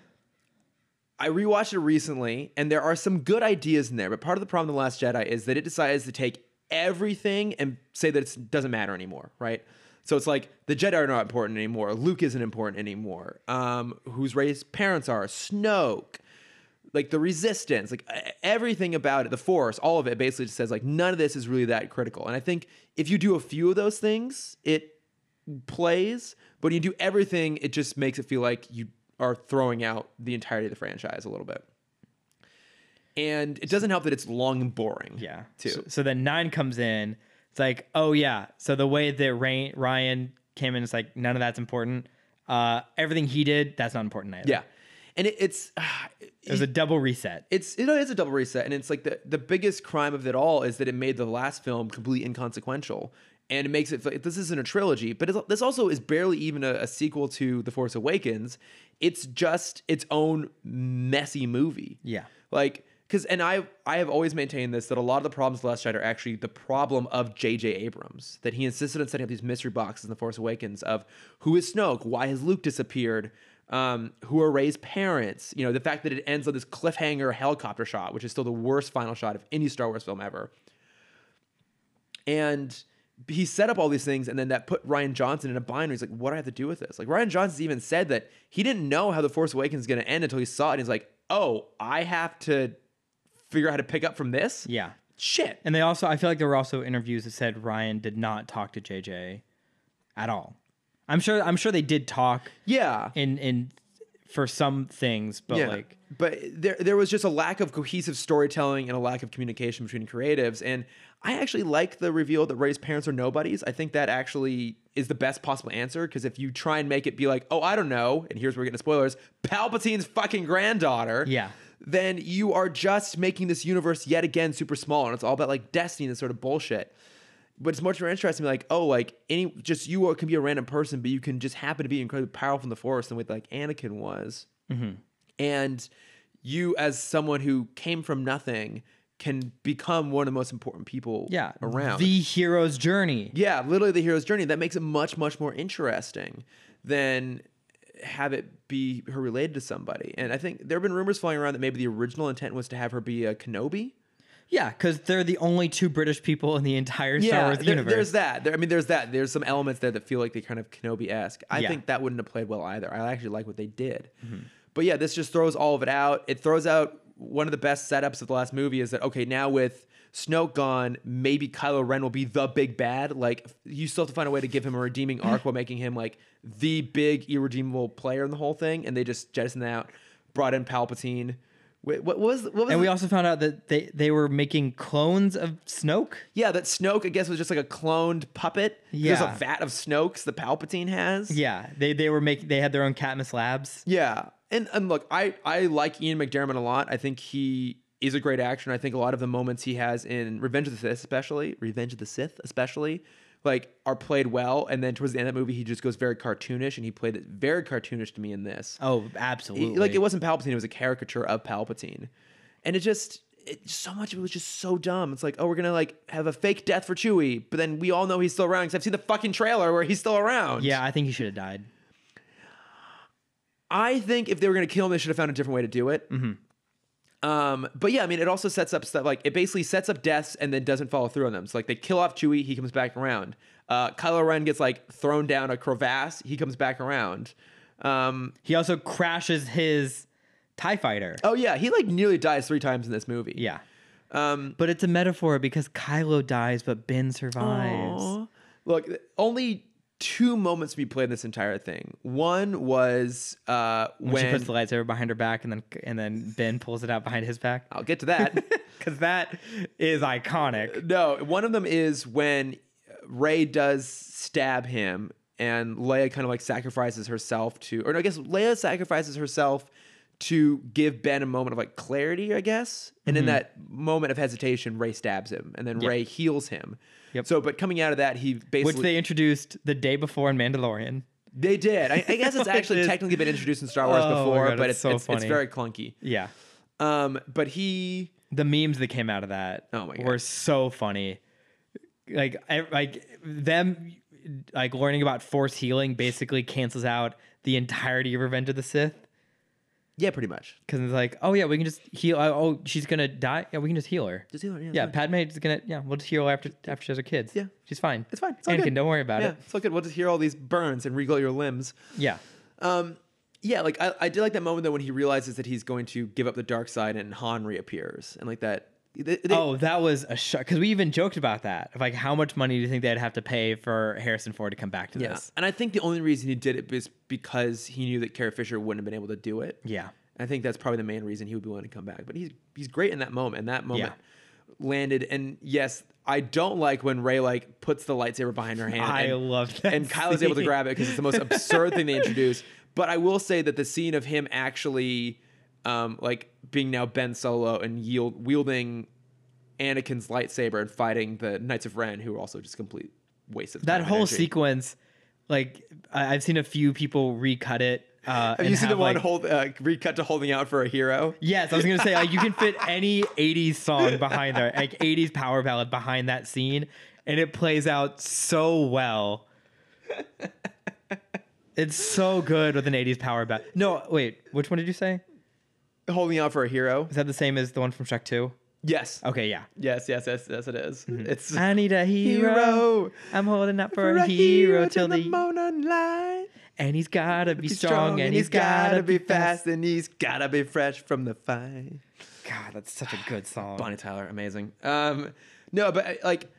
I rewatched it recently, and there are some good ideas in there, but part of the problem with The Last Jedi is that it decides to take everything and say that it doesn't matter anymore, right? So it's like the Jedi are not important anymore. Luke isn't important anymore. Um, whose raised parents are Snoke, like the Resistance, like e- everything about it, the Force, all of it basically just says like none of this is really that critical. And I think if you do a few of those things, it plays, but when you do everything, it just makes it feel like you are throwing out the entirety of the franchise a little bit. And it doesn't help that it's long and boring. Yeah. Too. So, so then nine comes in. It's like, oh yeah. So the way that Rain, Ryan came in, it's like none of that's important. Uh, everything he did, that's not important either. yeah. And it, it's It was a double reset. it's it is a double reset, and it's like the the biggest crime of it all is that it made the last film completely inconsequential, and it makes it feel like this isn't a trilogy, but it's, this also is barely even a, a sequel to The Force Awakens. It's just its own messy movie. Yeah. like because and I I have always maintained this that a lot of the problems of The Last Jedi are actually the problem of J.J. Abrams that he insisted on setting up these mystery boxes in The Force Awakens of who is Snoke, why has Luke disappeared, um, who are Ray's parents. You know the fact that it ends on this cliffhanger helicopter shot, which is still the worst final shot of any Star Wars film ever. And he set up all these things and then that put Ryan Johnson in a bind where he's like, what do I have to do with this? Like Ryan Johnson's even said that he didn't know how The Force Awakens is going to end until he saw it. And he's like, oh, I have to figure out how to pick up from this? Yeah. Shit. And they also, I feel like there were also interviews that said Ryan did not talk to JJ at all. I'm sure, I'm sure they did talk Yeah. in, in, for some things, but like, but there there was just a lack of cohesive storytelling and a lack of communication between creatives and i actually like the reveal that ray's parents are nobodies i think that actually is the best possible answer because if you try and make it be like oh i don't know and here's where we're getting to spoilers palpatine's fucking granddaughter Yeah. then you are just making this universe yet again super small and it's all about like destiny and this sort of bullshit but it's much more interesting like oh like any just you can be a random person but you can just happen to be incredibly powerful in the force the way like anakin was Mm-hmm. and you as someone who came from nothing can become one of the most important people yeah, around the hero's journey. yeah literally the hero's journey that makes it much much more interesting than have it be her related to somebody and i think there have been rumors flying around that maybe the original intent was to have her be a kenobi Yeah. Cause they're the only two British people in the entire Star Wars there- universe. there's that. There, I mean, there's that. There's some elements there that feel like they kind of Kenobi esque. I Yeah. Mm-hmm. think that wouldn't have played well either. I actually like what they did. But yeah, this just throws all of it out. It throws out one of the best setups of the last movie is that, okay, now with Snoke gone, maybe Kylo Ren will be the big bad. Like, you still have to find a way to give him a redeeming arc while making him like the big irredeemable player in the whole thing. And they just jettisoned that out, brought in Palpatine. Wait, what was what was and the- we also found out that they, they were making clones of Snoke. Yeah, that Snoke, I guess, was just like a cloned puppet. There's Yeah. a vat of Snoke's the Palpatine has. Yeah, they they were making they had their own Katniss Labs. Yeah. And and look, I, I like Ian McDermott a lot. I think he is a great actor. And I think a lot of the moments he has in Revenge of the Sith, especially, Revenge of the Sith, especially, like are played well. And then towards the end of the movie, he just goes very cartoonish and he played it very cartoonish to me in this. Oh, He- absolutely. like it wasn't Palpatine, it was a caricature of Palpatine. And it just it, so much of it was just so dumb. It's like, oh, we're gonna like have a fake death for Chewie, but then we all know he's still around because I've seen the fucking trailer where he's still around. Yeah, I think he should have died. I think if they were gonna kill him, they should have found a different way to do it. Mm-hmm. Um, but yeah, I mean, it also sets up stuff like it basically sets up deaths and then doesn't follow through on them. So like they kill off Chewie, he comes back around. Uh, Kylo Ren gets like thrown down a crevasse, he comes back around. Um, He also crashes his Tie Fighter. oh yeah, he like nearly dies three times in this movie. Yeah, Um, but it's a metaphor because Kylo dies, but Ben survives. Aw. Look, th- only two moments we played in this entire thing. One was uh, when, When, she puts the lightsaber behind her back, and then and then Ben pulls it out behind his back, I'll get to that. because that is iconic. no, one of them is when Ray does stab him, and Leia kind of like sacrifices herself to, or no, I guess Leia sacrifices herself to give Ben a moment of like clarity, I guess. And Mm-hmm. in that moment of hesitation, Ray stabs him, and then Ray heals him. Yep. So, but coming out of that, he basically Which they introduced the day before in Mandalorian. They did. I, I guess it's Like actually this. technically been introduced in Star Wars Oh my before, God, but it's it's it's, so it's, funny. very clunky. Yeah, Um, but he, the memes that came out of that Oh my God. were so funny like I, like them like learning about force healing basically cancels out the entirety of revenge of the sith yeah, pretty much. because it's like oh yeah we can just heal oh, oh she's gonna die yeah we can just heal her Just heal her, yeah, yeah it's padme's gonna yeah we'll just heal her after after she has her kids Yeah. she's fine It's fine. It's all Anakin, good. don't worry about yeah, it it's all good. We'll just hear all these burns and wriggle your limbs. yeah Um, yeah, like I, I did like that moment though when he realizes that he's going to give up the dark side and Han reappears and like that. they- they- oh that was a shock because we even joked about that of like how much money do you think they'd have to pay for harrison ford to come back to yeah. this And I think the only reason he did it is because he knew that Carrie Fisher wouldn't have been able to do it. yeah I think that's probably the main reason he would be willing to come back. But he's he's great in that moment. And that moment landed. And yes, I don't like when Ray like puts the lightsaber behind her hand. I and, love that. and Kylo's able to scene. grab it because it's the most absurd thing they introduce. But I will say that the scene of him actually um, like being now Ben Solo and yield wielding Anakin's lightsaber and fighting the Knights of Ren, who are also just complete waste of that time and whole energy. sequence like I- i've seen a few people recut it uh Have and you seen the have, one like- hold uh, recut to holding out for a hero? yes i was gonna say like you can fit any 80s song behind there like 80s power ballad behind that scene and it plays out so well it's so good with an 80s power ballad no wait which one did you say Holding out for a hero. is that the same as the one from shrek 2 Yes. Okay, yeah. Yes, yes, yes, yes, it is. It's I need Mm-hmm. a hero. hero. I'm holding up for, a hero till the the morning light. and he's gotta be He's strong, and he's gotta, be fast. and he's gotta be fresh from the fire. God, that's such a good song. Bonnie Tyler, amazing. Um, no, but uh, like,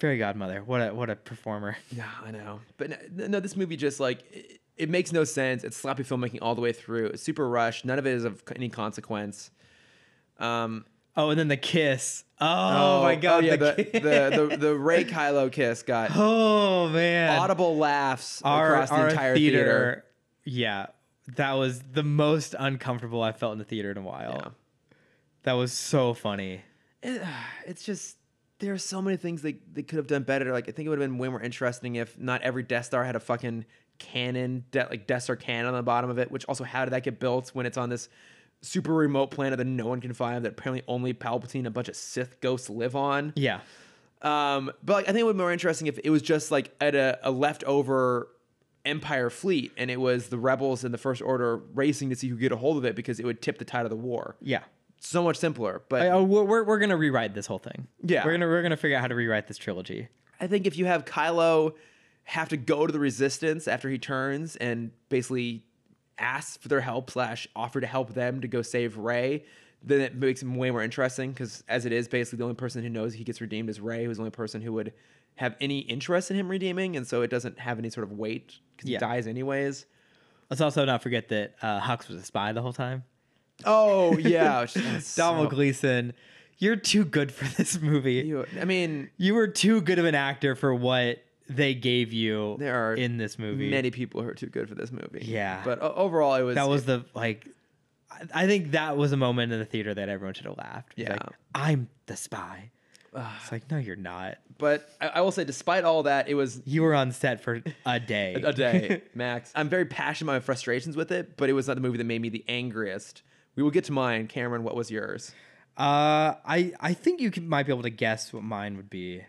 Fairy Godmother, what a what a performer. yeah, I know. But no, no, this movie just like it, it makes no sense. It's sloppy filmmaking all the way through. It's super rushed. None of it is of any consequence. Um, Oh, and then the kiss. Oh, my God, yeah, the the, kiss. the the the Ray Kylo kiss got oh man, audible laughs our, across the our entire theater. Yeah, that was the most uncomfortable I felt in the theater in a while. Yeah. That was so funny. it, it's just there are so many things they, they could have done better. Like I think it would have been way more interesting if not every Death Star had a fucking cannon, de- like Death Star cannon on the bottom of it. Which also, how did that get built when it's on this super remote planet that no one can find? That apparently only Palpatine and a bunch of Sith ghosts live on. Yeah, Um, but like, I think it would be more interesting if it was just like at a, a leftover Empire fleet, and it was the rebels and the First Order racing to see who could get a hold of it because it would tip the tide of the war. yeah. So much simpler. But I- oh, we're, we're we're gonna rewrite this whole thing. Yeah. we're gonna we're gonna figure out how to rewrite this trilogy. I think if you have Kylo have to go to the resistance after he turns and basically ask for their help slash offer to help them to go save Rey, then it makes him way more interesting because as it is, basically the only person who knows he gets redeemed is Rey, who's the only person who would have any interest in him redeeming, and so it doesn't have any sort of weight because Yeah. he dies anyways. Let's also not forget that uh, Hux was a spy the whole time. Oh yeah, which- that's Donald so- Gleason, you're too good for this movie. You, you- I mean, were too good of an actor for what they gave you There are in this movie. many people who are too good for this movie. Yeah. but o- overall, it was that was the like I- I think that was a moment in the theater that everyone should have laughed. It's Yeah. like, I'm the spy. It's like, no, you're not. But I, I will say, despite all that, it was You were on set for a day. a day max. I'm very passionate about my frustrations with it, but it was not the movie that made me the angriest. We will get to mine, Cameron. What was yours? Uh, I I think you could, might be able to guess what mine would be.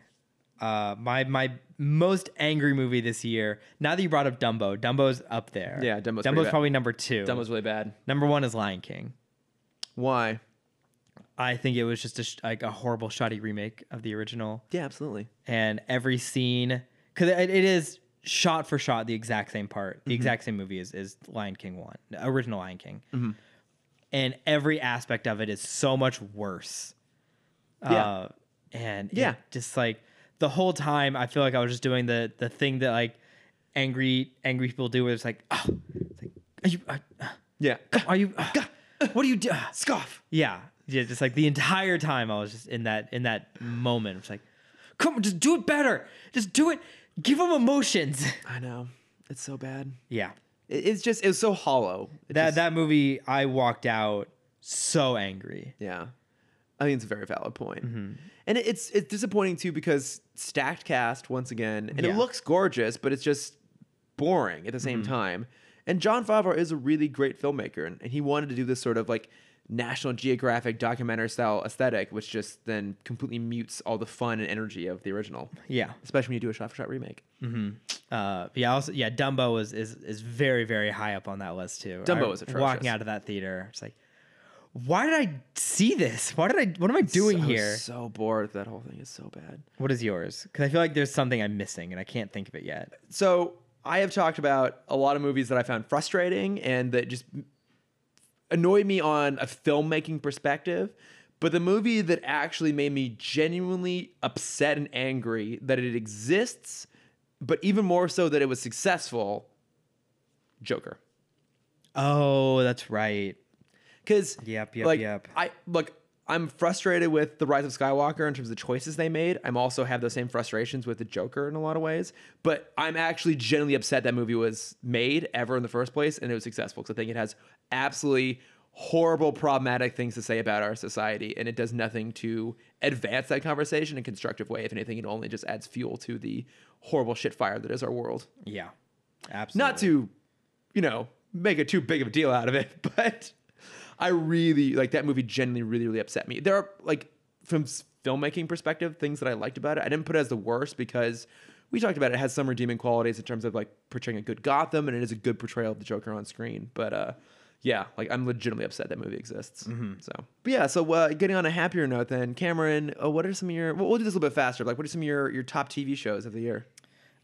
Uh, my my most angry movie this year. Now that you brought up Dumbo, Dumbo's up there. Yeah, Dumbo's pretty Dumbo's bad. probably number two. Dumb was really bad. number one is Lion King. Why? I think it was just a sh- like a horrible, shoddy remake of the original, Yeah, absolutely. and every scene because it, it is shot for shot the exact same part, Mm-hmm. the exact same movie is is Lion King one, the original Lion King, Mm-hmm. and every aspect of it is so much worse. Yeah. Uh, and yeah, Yeah. just like the whole time, I feel like I was just doing the the thing that like angry angry people do, where it's like, oh, it's like are you are, Yeah. are you what are you doing? Scoff. Yeah, yeah, just like the entire time I was just in that in that moment, it's like, come, on, just do it better, just do it, give them emotions. I know. It's so bad. Yeah, It, it's just it was so hollow. It that just- that movie, I walked out so angry. Yeah. I think it's a very valid point. Mm-hmm. And it, it's it's disappointing too because stacked cast once again, and Yeah. Mm-hmm. it looks gorgeous, but it's just boring at the same time. And John Favreau is a really great filmmaker, and, and he wanted to do this sort of like National Geographic documentary style aesthetic, which just then completely mutes all the fun and energy of the original, Yeah, especially when you do a shot for shot remake. uh, yeah, also, yeah. Dumbo is is is very very high up on that list too. Dumbo I- was atrocious. Walking out of that theater, it's like, why did I see this? Why did I? What am I doing So- I was here? so bored. with That whole thing is so bad. What is yours? Because I feel like there's something I'm missing and I can't think of it yet. so I have talked about a lot of movies that I found frustrating and that just annoyed me on a filmmaking perspective. But the movie that actually made me genuinely upset and angry that it exists, but even more so that it was successful, Joker. Oh, that's right. Because Yep, yep, Uh, like, yep. I look, I'm frustrated with the Rise of Skywalker in terms of the choices they made. I'm also have those same frustrations with the Joker in a lot of ways. But I'm actually genuinely upset that movie was made ever in the first place and it was successful because I think it has absolutely horrible, problematic things to say about our society, and it does nothing to advance that conversation in a constructive way. If anything, it only just adds fuel to the horrible shit fire that is our world Yeah, absolutely. not to you know make a too big of a deal out of it but i really like that movie genuinely really really upset me there are like from s- filmmaking perspective things that i liked about it i didn't put it as the worst because we talked about it, it has some redeeming qualities in terms of like portraying a good gotham and it is a good portrayal of the joker on screen but uh yeah, like I'm legitimately upset that movie exists. So, but yeah, so uh, getting on a happier note, then Cameron, uh, what are some of your? We'll, we'll do this a little bit faster. Like, what are some of your your top TV shows of the year?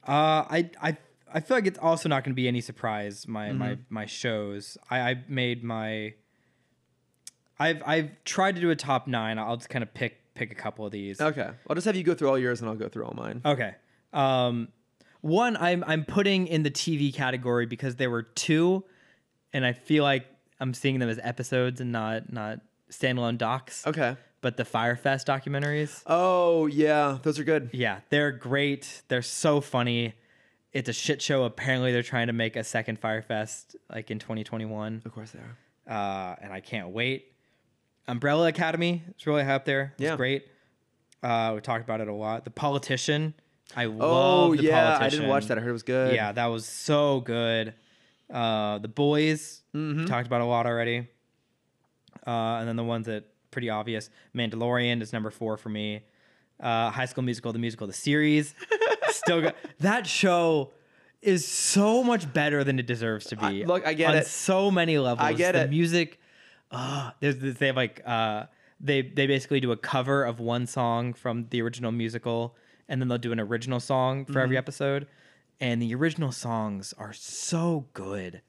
Uh, I I I feel like it's also not going to be any surprise. My Mm-hmm. my my shows. I I made my. I've I've tried to do a top nine. I'll just kind of pick pick a couple of these. Okay, I'll just have you go through all yours, and I'll go through all mine. Okay. Um, one I'm I'm putting in the TV category because there were two, and I feel like I'm seeing them as episodes and not not standalone docs. Okay. But the Firefest documentaries. Oh yeah, those are good. Yeah, they're great. They're so funny. It's a shit show. Apparently, they're trying to make a second Firefest like in 2021, Of course they are. uh, and I can't wait. Umbrella Academy is really high up there. It's Yeah. great. Uh, we talked about it a lot. The Politician. I Oh love the yeah, Politician. I didn't watch that. I heard it was good. Yeah, that was so good. Uh, the boys Mm-hmm. we talked about a lot already, uh, and then the ones that pretty obvious. Mandalorian is number four for me. Uh, High School Musical, the musical, the series, still good. That show is so much better than it deserves to be. I- look, I get on it. So many levels. I get the it. Music. Uh, there's this, they have like uh, they they basically do a cover of one song from the original musical, and then they'll do an original song for Mm-hmm. every episode. And the original songs are so good.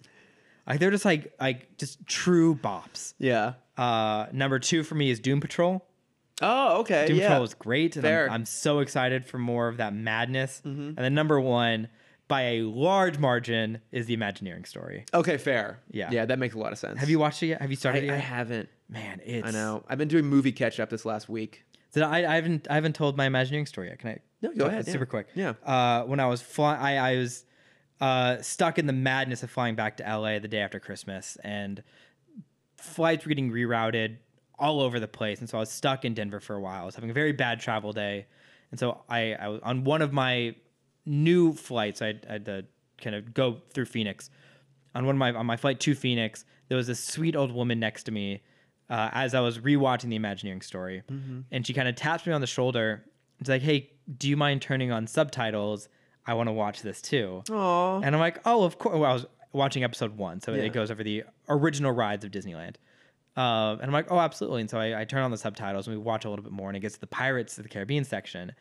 Like they're just like like just true bops. Yeah. Uh, number two for me is Doom Patrol. Oh okay. Doom yeah. Patrol is great, and Fair. Mm-hmm. I'm, I'm so excited for more of that madness. And then number one, by a large margin, is the Imagineering story. Okay, fair. Yeah. Yeah, that makes a lot of sense. Have you watched it yet? Have you started I, it? I Yet? haven't. Man, it's I know. I've been doing movie catch up this last week. Did I, I haven't I haven't told my Imagineering story yet. Can I? No, go Uh, ahead, yeah. Super quick. Yeah. Uh, when I was flying, I I was uh, stuck in the madness of flying back to LA the day after Christmas, and flights were getting rerouted all over the place, and so I was stuck in Denver for a while. I was having a very bad travel day, and so I, I was on one of my new flights. I, I had to kind of go through Phoenix. On one of my on my flight to Phoenix, there was this sweet old woman next to me uh, as I was rewatching the Imagineering story, and she kind of taps me on the shoulder. She's like, "Hey, do you mind turning on subtitles? I want to watch this too." Aw. And I'm like, oh, of course. Well, I was watching episode one, so Yeah. it goes over the original rides of Disneyland. Uh, and I'm like, oh, absolutely. And so I, I turn on the subtitles and we watch a little bit more, and it gets to the Pirates of the Caribbean section.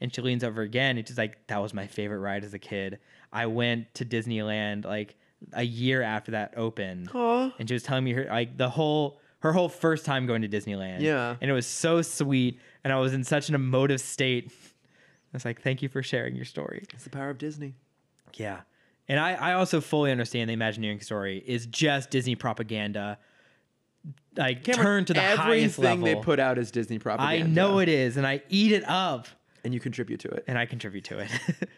And she leans over again, and she's like, that was my favorite ride as a kid. I went to Disneyland like a year after that opened. Aw. And she was telling me her like the whole her whole first time going to Disneyland. Yeah. And it was so sweet. And I was in such an emotive state. I was like, thank you for sharing your story. It's the power of Disney. Yeah. And I, I also fully understand the Imagineering story is just Disney propaganda. Like turn to the highest everything level. they put out is Disney I propaganda. know it is, and I eat it up, and you contribute to it. and I contribute to it.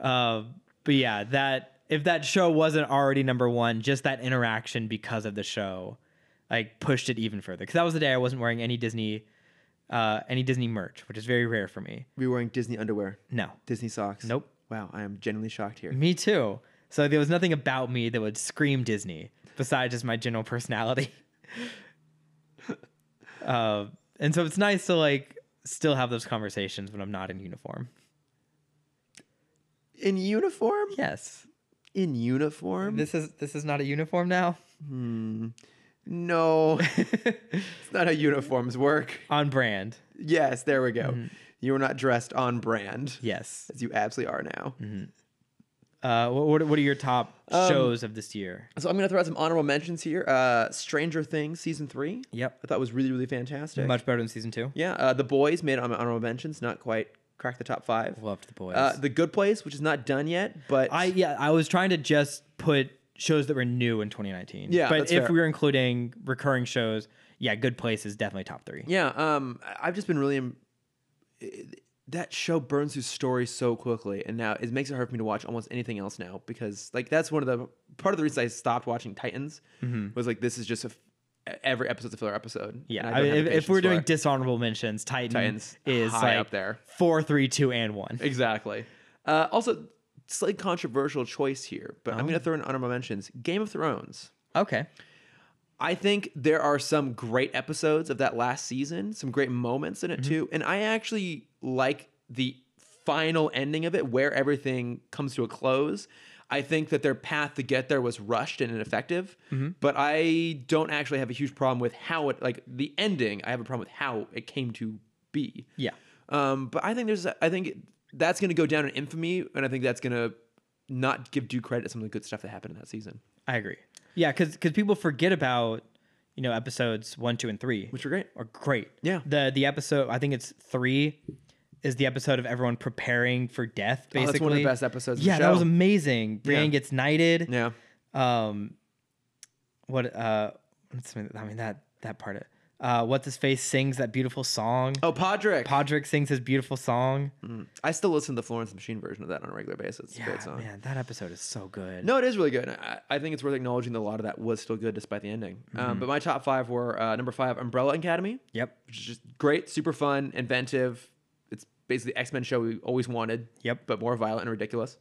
uh, but yeah, that if that show wasn't already number one, just that interaction because of the show, like pushed it even further. Because that was the day I wasn't wearing any Disney, uh, any Disney merch, which is very rare for me. We wearing Disney underwear, No, Disney socks. Nope. Wow, I am genuinely shocked here. Me too. So there was nothing about me that would scream Disney besides just my general personality. uh, and so it's nice to like still have those conversations when I'm not in uniform. In uniform? Yes. In uniform? This is this is not a uniform now. no, it's not how uniforms work. On brand. Yes, there we go. Mm-hmm. You are not dressed on brand Yes. as you absolutely are now. Mm-hmm. Uh, what what- what are your top shows of this year? So I'm gonna throw out some honorable mentions here. Uh, Stranger Things season three. Yep. I thought was really really fantastic. Much better than season two. Yeah, uh, the boys made it on my honorable mentions. Not quite cracked the top five. Loved the boys. Uh, the Good Place, which is not done yet, but I yeah, I was trying to just put shows that were new in 2019. Yeah, but that's if fair. we're including recurring shows, yeah, Good Place is definitely top three. yeah, um, I- I've just been really. Im- that show burns through stories so quickly, and now it makes it hard for me to watch almost anything else now because like that's one of the part of the reason I stopped watching Titans was like this is just a f- e, every episode's a filler episode. Mm-hmm. Yeah, and I don't mean, have if, the if patience we're for doing it. dishonorable mentions, Titan Titans is high like up there. four, three, two, and one. Exactly. Uh, also, slight controversial choice here, but I'm Oh. going to throw in honorable mentions. Game of Thrones. Okay, I think there are some great episodes of that last season, some great moments in it Mm-hmm. too, and I actually like the final ending of it, where everything comes to a close. I think that their path to get there was rushed and ineffective. Mm-hmm. But I don't actually have a huge problem with how it like the ending. I have a problem with how it came to be. Yeah. Um, but I think there's I think that's going to go down in infamy, and I think that's going to not give due credit to some of the good stuff that happened in that season, I agree. Yeah, because people forget about you know episodes one, two, and three, which were great. are great. Yeah. The the episode I think it's three is the episode of everyone preparing for death. Basically, Oh, that's one of the best episodes of the Yeah, that was show. amazing. Brienne Yeah. gets knighted. Yeah, Um, what uh, what's- I mean that that part. Uh, what's his face sings that beautiful song. Oh, Podrick. Podrick sings his beautiful song. I still listen to the Florence and the Machine version of that on a regular basis. It's a great Yeah, song. man, that episode is so good. No, it is really good. I, I think it's worth acknowledging that a lot of that was still good despite the ending. Mm-hmm. Um, but my top five were uh, number five, Umbrella Academy, Yep. which is just great, super fun, inventive. It's basically the X Men show we always wanted. Yep. But more violent and ridiculous.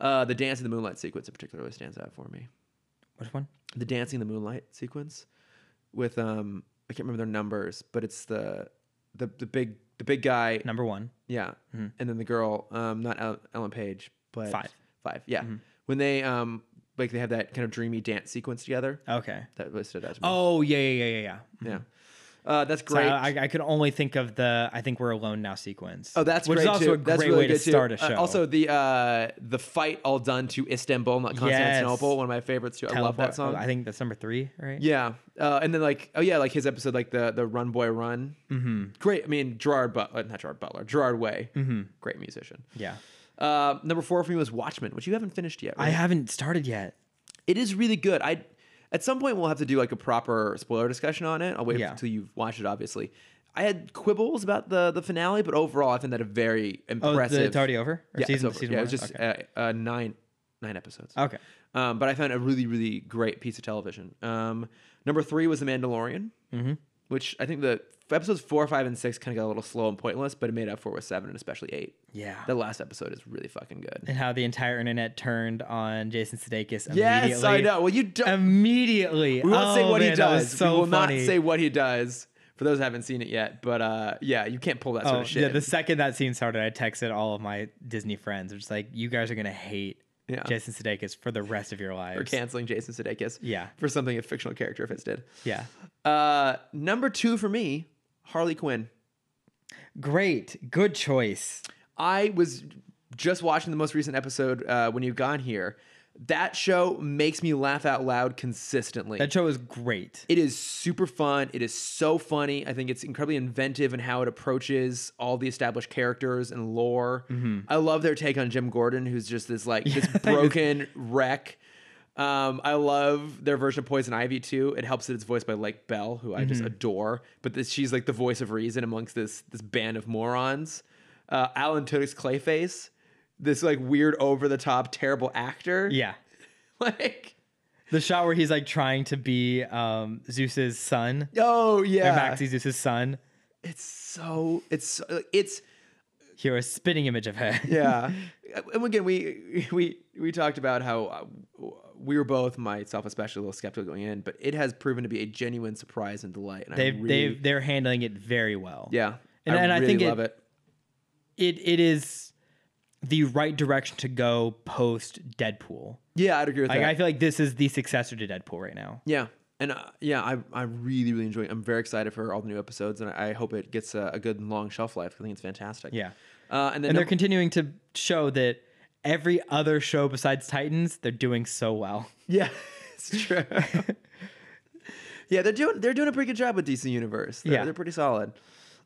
Uh, the Dance in the Moonlight sequence in particular really stands out for me. Which one? The Dancing in the Moonlight sequence with um I can't remember their numbers, but it's the the the big the big guy Number one. yeah. And then the girl, um, not El- Ellen Page, but Mm-hmm. Five. Mm-hmm. Five, yeah. When they um like they have that kind of dreamy dance sequence together. Okay. That was stood out to me. Oh yeah yeah yeah yeah yeah. Yeah. Uh, that's So great. I, I could only think of the "I think we're alone now" sequence. oh, that's which great is also too. a that's great really way to good too. start a Uh, show. also the uh the fight all done to Istanbul, not Constantinople, one of my favorites too. I love that Teleport- song. I think that's number three, right? yeah. Uh, and then like oh yeah, like his episode like the the Run Boy Run. Mm-hmm. Great. I mean Gerard Butler, uh, not Gerard Butler, Gerard Way. Mm-hmm. Great musician. Yeah. Uh, number four for me was Watchmen, which you haven't finished yet. I haven't started yet. it is really good. I at some point we'll have to do like a proper spoiler discussion on it. I'll wait Yeah. until you've watched it, obviously. I had quibbles about the the finale, but overall, I found that a very Oh, impressive. the, it's already over. Or yeah, season, it's over. season yeah, it one? was just okay. Oh. uh, uh, nine nine episodes. Okay. Um, but I found a really really great piece of television. Um, number three was The Mandalorian, Mm-hmm. which I think the episodes four, five, and six kind of got a little slow and pointless, but it made up for it with seven and especially eight. Yeah. The last episode is really fucking good. and how the entire internet turned on Jason Sudeikis immediately. Yes, I know. Well, you don't. Immediately. We won't say Oh, what he man, that was does. So we will funny. not say what he does. For those who haven't seen it yet, but uh, yeah, you can't pull that sort Oh, of shit. yeah, the second that scene started, I texted all of my Disney friends. I'm just like, you guys are gonna hate Yeah. Jason Sudeikis for the rest of your lives. for canceling Jason Sudeikis. Yeah. For something a fictional character if it's did. Yeah. Uh, number two for me, Harley Quinn. Great. Good choice. I was just watching the most recent episode uh, when you've gone here. That show makes me laugh out loud consistently. That show is great. It is super fun. It is so funny. I think it's incredibly inventive in how it approaches all the established characters and lore. I love their take on Jim Gordon, who's just this like this broken wreck. Um, I love their version of Poison Ivy too. It helps that it's voiced by Lake Bell, who I just adore. But this, she's like the voice of reason amongst this this band of morons. Uh, Alan Tudyk's Clayface, this like weird over the top terrible actor. Yeah. like The shot where he's like trying to be um, Zeus's son, oh yeah, Maxi Zeus's son. It's so it's so, it's Here, a spitting image of her. yeah. and again, we we we talked about how uh, we were both myself especially a little skeptical going in, but it has proven to be a genuine surprise and delight. And They've, I really, they've, they're handling it very well. yeah, And- I and I really think it- love it, It, it is the right direction to go post Deadpool. Yeah, I'd agree with Like, that. I feel like this is the successor to Deadpool right now. yeah. And uh, yeah, I, I really, really enjoy it. I'm very excited for all the new episodes, and I, I hope it gets a, a good and long shelf life. I think it's fantastic. Yeah. Uh, and then And they're num- continuing to show that every other show besides Titans, they're doing so well. Yeah, it's true. yeah, they're doing they're doing a pretty good job with DC Universe. They're, Yeah. they're pretty solid.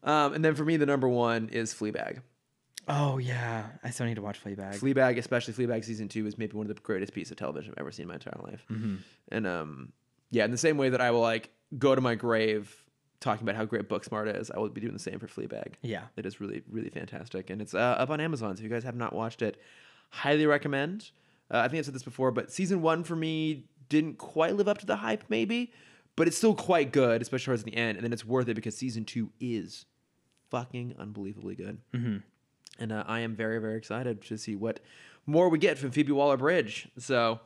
Um, and then for me, the number one is Fleabag. Oh, yeah. I still need to watch Fleabag. Fleabag, especially Fleabag season two, is maybe one of the greatest pieces of television I've ever seen in my entire life. And um, yeah, in the same way that I will like go to my grave talking about how great Booksmart is, I will be doing the same for Fleabag. Yeah. It is really, really fantastic. And it's uh, up on Amazon. So if you guys have not watched it, highly recommend. Uh, I think I've said this before, but season one for me didn't quite live up to the hype, maybe, but it's still quite good, especially towards the end. And then it's worth it because season two is fucking unbelievably good. And uh, I am very, very excited to see what more we get from Phoebe Waller Bridge. So.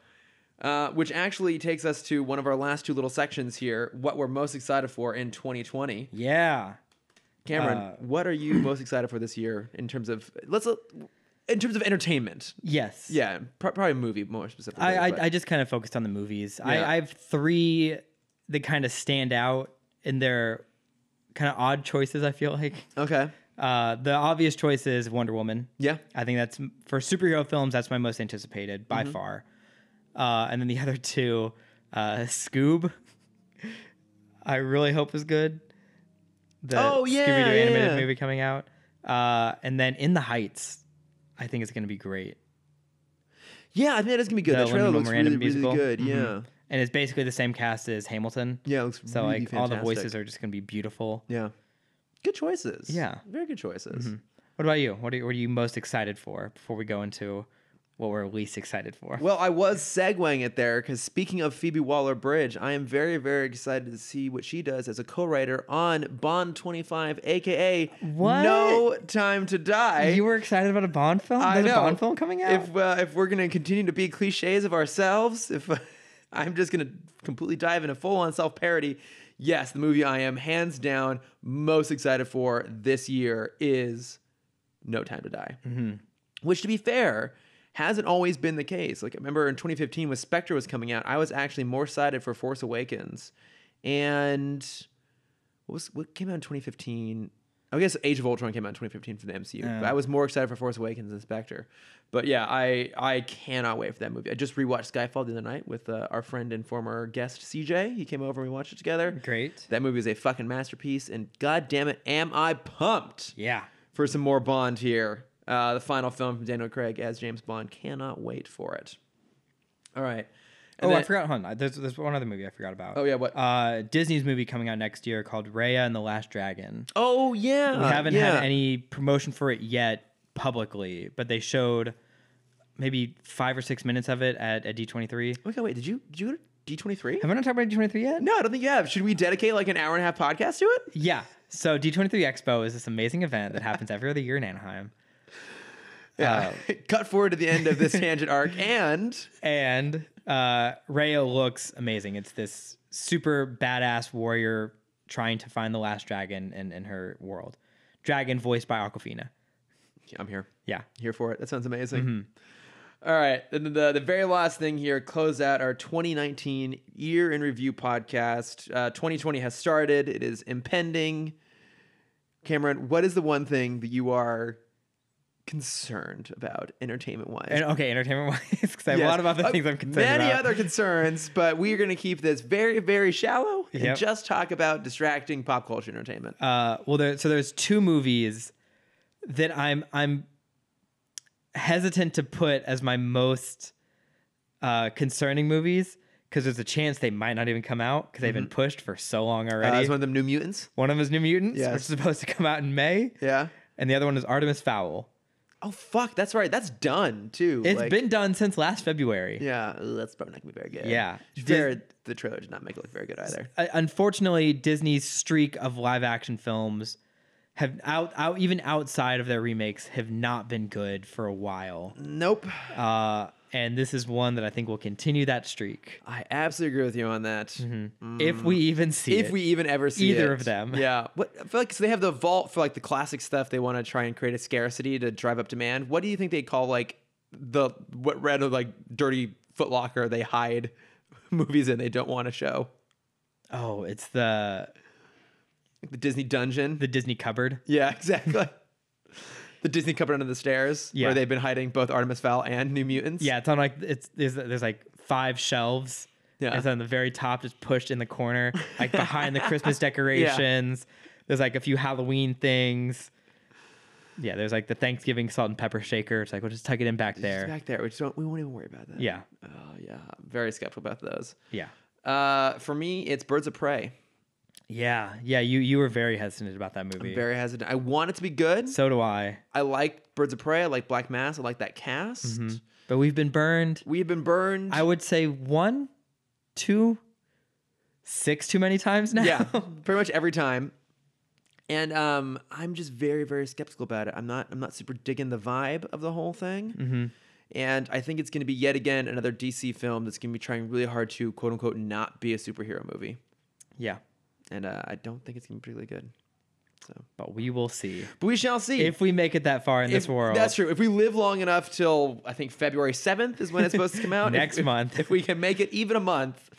Uh, which actually takes us to one of our last two little sections here what we're most excited for in 2020 Yeah. Cameron, Uh, what are you most excited for this year in terms of let's in terms of entertainment. Yes. Yeah, pr- probably movie more specifically. I, I, but- I just kind of focused on the movies. Yeah. I, I have three that kind of stand out in their kind of odd choices, I feel like. okay. Uh, the obvious choice is Wonder Woman. Yeah. I think that's for superhero films, that's my most anticipated by Mm-hmm. far. Uh, and then the other two, uh, Scoob, I really hope is good. The Oh, yeah, Scooby-Doo animated yeah. movie coming out. Uh, and then In the Heights, I think it's going to be great. Yeah, I think that is gonna be good. The that trailer Lin-Manuel looks Miranda really, really musical. good. Mhm. Yeah. And it's basically the same cast as Hamilton. Yeah, it looks So really like fantastic. all the voices are just going to be beautiful. Yeah. Good choices. Yeah. Mm-hmm. Very good choices. What about you? What are you, what are you most excited for before we go into what we're least excited for? Well, I was segueing it there because speaking of Phoebe Waller Bridge, I am very, very excited to see what she does as a co writer on Bond 25, aka What? No Time to Die. you were excited about a Bond film? I There's know. a Bond film coming out? If, uh, if we're going to continue to be cliches of ourselves, if I'm just going to completely dive into full on self parody, yes, the movie I am hands down most excited for this year is No Time to Die. Which, to be fair, hasn't always been the case. Like, I remember in 2015 when Spectre was coming out, I was actually more excited for Force Awakens. And what was what came out in 2015? I guess Age of Ultron came out in 2015 for the MCU. But I was more excited for Force Awakens than Spectre. But yeah, I I cannot wait for that movie. I just rewatched Skyfall the other night with uh, our friend and former guest CJ. He came over and we watched it together. Great. That movie is a fucking masterpiece, and god damn it, am I pumped Yeah. for some more Bond here. Uh, the final film from Daniel Craig as James Bond. Cannot wait for it. All right. Oh, And I then- forgot. Hold on. There's, there's one other movie I forgot about. Oh, yeah, what? Uh, Disney's movie coming out next year called Raya and the Last Dragon. Oh yeah. We haven't yeah. had any promotion for it yet publicly, but they showed maybe five or six minutes of it at, at D23. Okay, Oh wait. Did you did you go to D twenty three? Have I not talked about D23 yet? No, I don't think you have. Should we dedicate like an hour and a half podcast to it? Yeah. So D23 Expo is this amazing event that happens every other year in Anaheim. Cut forward to the end of this tangent arc, and and uh, Rayo looks amazing. It's this super badass warrior trying to find the last dragon in, in her world. Dragon voiced by Aquafina. I'm here. Yeah. Here for it. That sounds amazing. Mm-hmm. All right. And then the, the very last thing here, close out our 2019 year in review podcast. Uh, 2020 has started, it is impending. Cameron, what is the one thing that you are concerned about entertainment wise? And okay, entertainment wise, because I have a Yes. lot of other Uh, things I'm concerned Many about. other concerns, but we are going to keep this very, very shallow and Yep. just talk about distracting pop culture entertainment. uh, well, there, so there's two movies that I'm I'm hesitant to put as my most uh, concerning movies because there's a chance they might not even come out because they've been pushed for so long Mm-hmm. Uh, already. is one of them New Mutants? One of them is New Mutants, Yes. which is supposed to come out in May. Yeah. and the other one is Artemis Fowl. Oh fuck, that's right. That's done too. It's Like, been done since last February. Yeah, ugh, that's probably not gonna be very good. Yeah. To be fair, the trailer did not make it look very good either. Uh, Unfortunately, Disney's streak of live action films have out, out even outside of their remakes have not been good for a while. Nope. Uh, and this is one that I think will continue that streak I absolutely agree with you on that. if we even see Mm. If it. we even ever see Mm-hmm. Either it. of them. Yeah. What I feel like so they have the vault for like the classic stuff they want to try and create a scarcity to drive up demand. What do you think they call like the what red or like dirty footlocker they hide movies in they don't want to show? oh, it's the Like the Disney dungeon. the Disney cupboard. yeah, exactly. the Disney cupboard under the stairs Yeah. where they've been hiding both Artemis Fowl and New Mutants. Yeah, it's on like it's there's, there's like five shelves. Yeah. It's on the very top, just pushed in the corner, like behind the Christmas decorations. There's like a few Halloween things. Yeah, there's like the Thanksgiving salt and pepper shaker. It's like we'll just tuck it in back It's there. back there. We just don't. We won't even worry about that. Yeah. Oh yeah. I'm very skeptical about those. Yeah. Uh, for me, it's Birds of Prey. Yeah. Yeah. You you were very hesitant about that movie. Very hesitant. I want it to be good. so do I. I like Birds of Prey. I like Black Mass. I like that cast. But we've been burned. We have been burned. I would say one, two, six too many times now. yeah, pretty much every time. And um, I'm just very, very skeptical about it. I'm not. I'm not super digging the vibe of the whole thing. And I think it's going to be yet again another DC film that's going to be trying really hard to quote unquote not be a superhero movie. yeah. And uh, I don't think it's going to be particularly good. So, but we will see but we shall see. if we make it that far in If- this world. That's true. If we live long enough till I think February 7th is when it's supposed to come out. If- Next if- month. If we can make it even a month,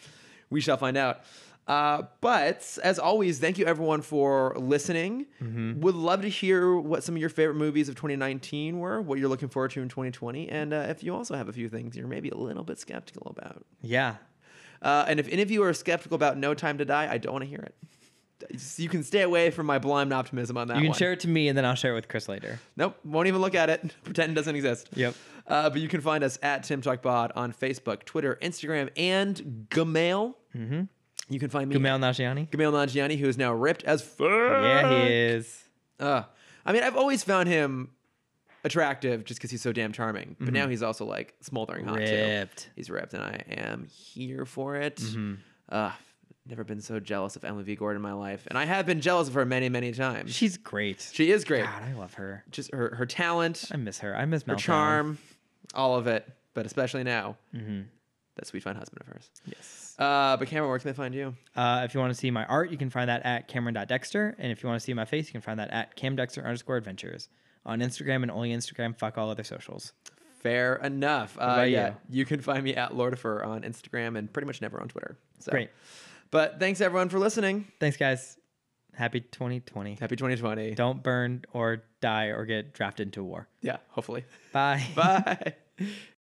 we shall find out. Uh, but as always, thank you everyone for listening. Mm-hmm. Would love to hear what some of your favorite movies of 2019 were, what you're looking forward to in 2020, and uh, if you also have a few things you're maybe a little bit skeptical about. Yeah. Uh, and if any of you are skeptical about No Time to Die, I don't want to hear it. You can stay away from my blind optimism on that You can one. share it to me and then I'll share it with Chris later. Nope, won't even look at it. Pretend it doesn't exist. Yep. Uh, but you can find us at Tim Talk Pod on Facebook, Twitter, Instagram, and Gmail. Mm-hmm. You can find me Gmail, Gumail Nagiani? Gmail Nanjiani, who is now ripped as fuck. Yeah, he is. Uh, I mean, I've always found him attractive just because he's so damn charming. But now he's also like smoldering hot too. Mm-hmm. Ripped. Mm-hmm. He's ripped, and I am here for it. Uh, never been so jealous of Emily V. Gordon in my life, and I have been jealous of her many, many times. She's great. She is great. God, I love her. Just her her talent. I miss her. I miss Mel. her charm, all of it, but especially now, that sweet fine husband of hers. Yes. Uh, but Cameron, where can they find you? Uh, if you want to see my art, you can find that at Cameron.dexter. And if you want to see my face, you can find that at CamDexter underscore adventures on Instagram and only Instagram. Fuck all other socials. Fair enough. Uh, about yeah, you? can find me at Lordifer on Instagram and pretty much never on Twitter. So. Great. But thanks everyone for listening. Thanks, guys. Happy 2020. Happy 2020. Don't burn or die or get drafted into war. Yeah, hopefully. Bye. Bye.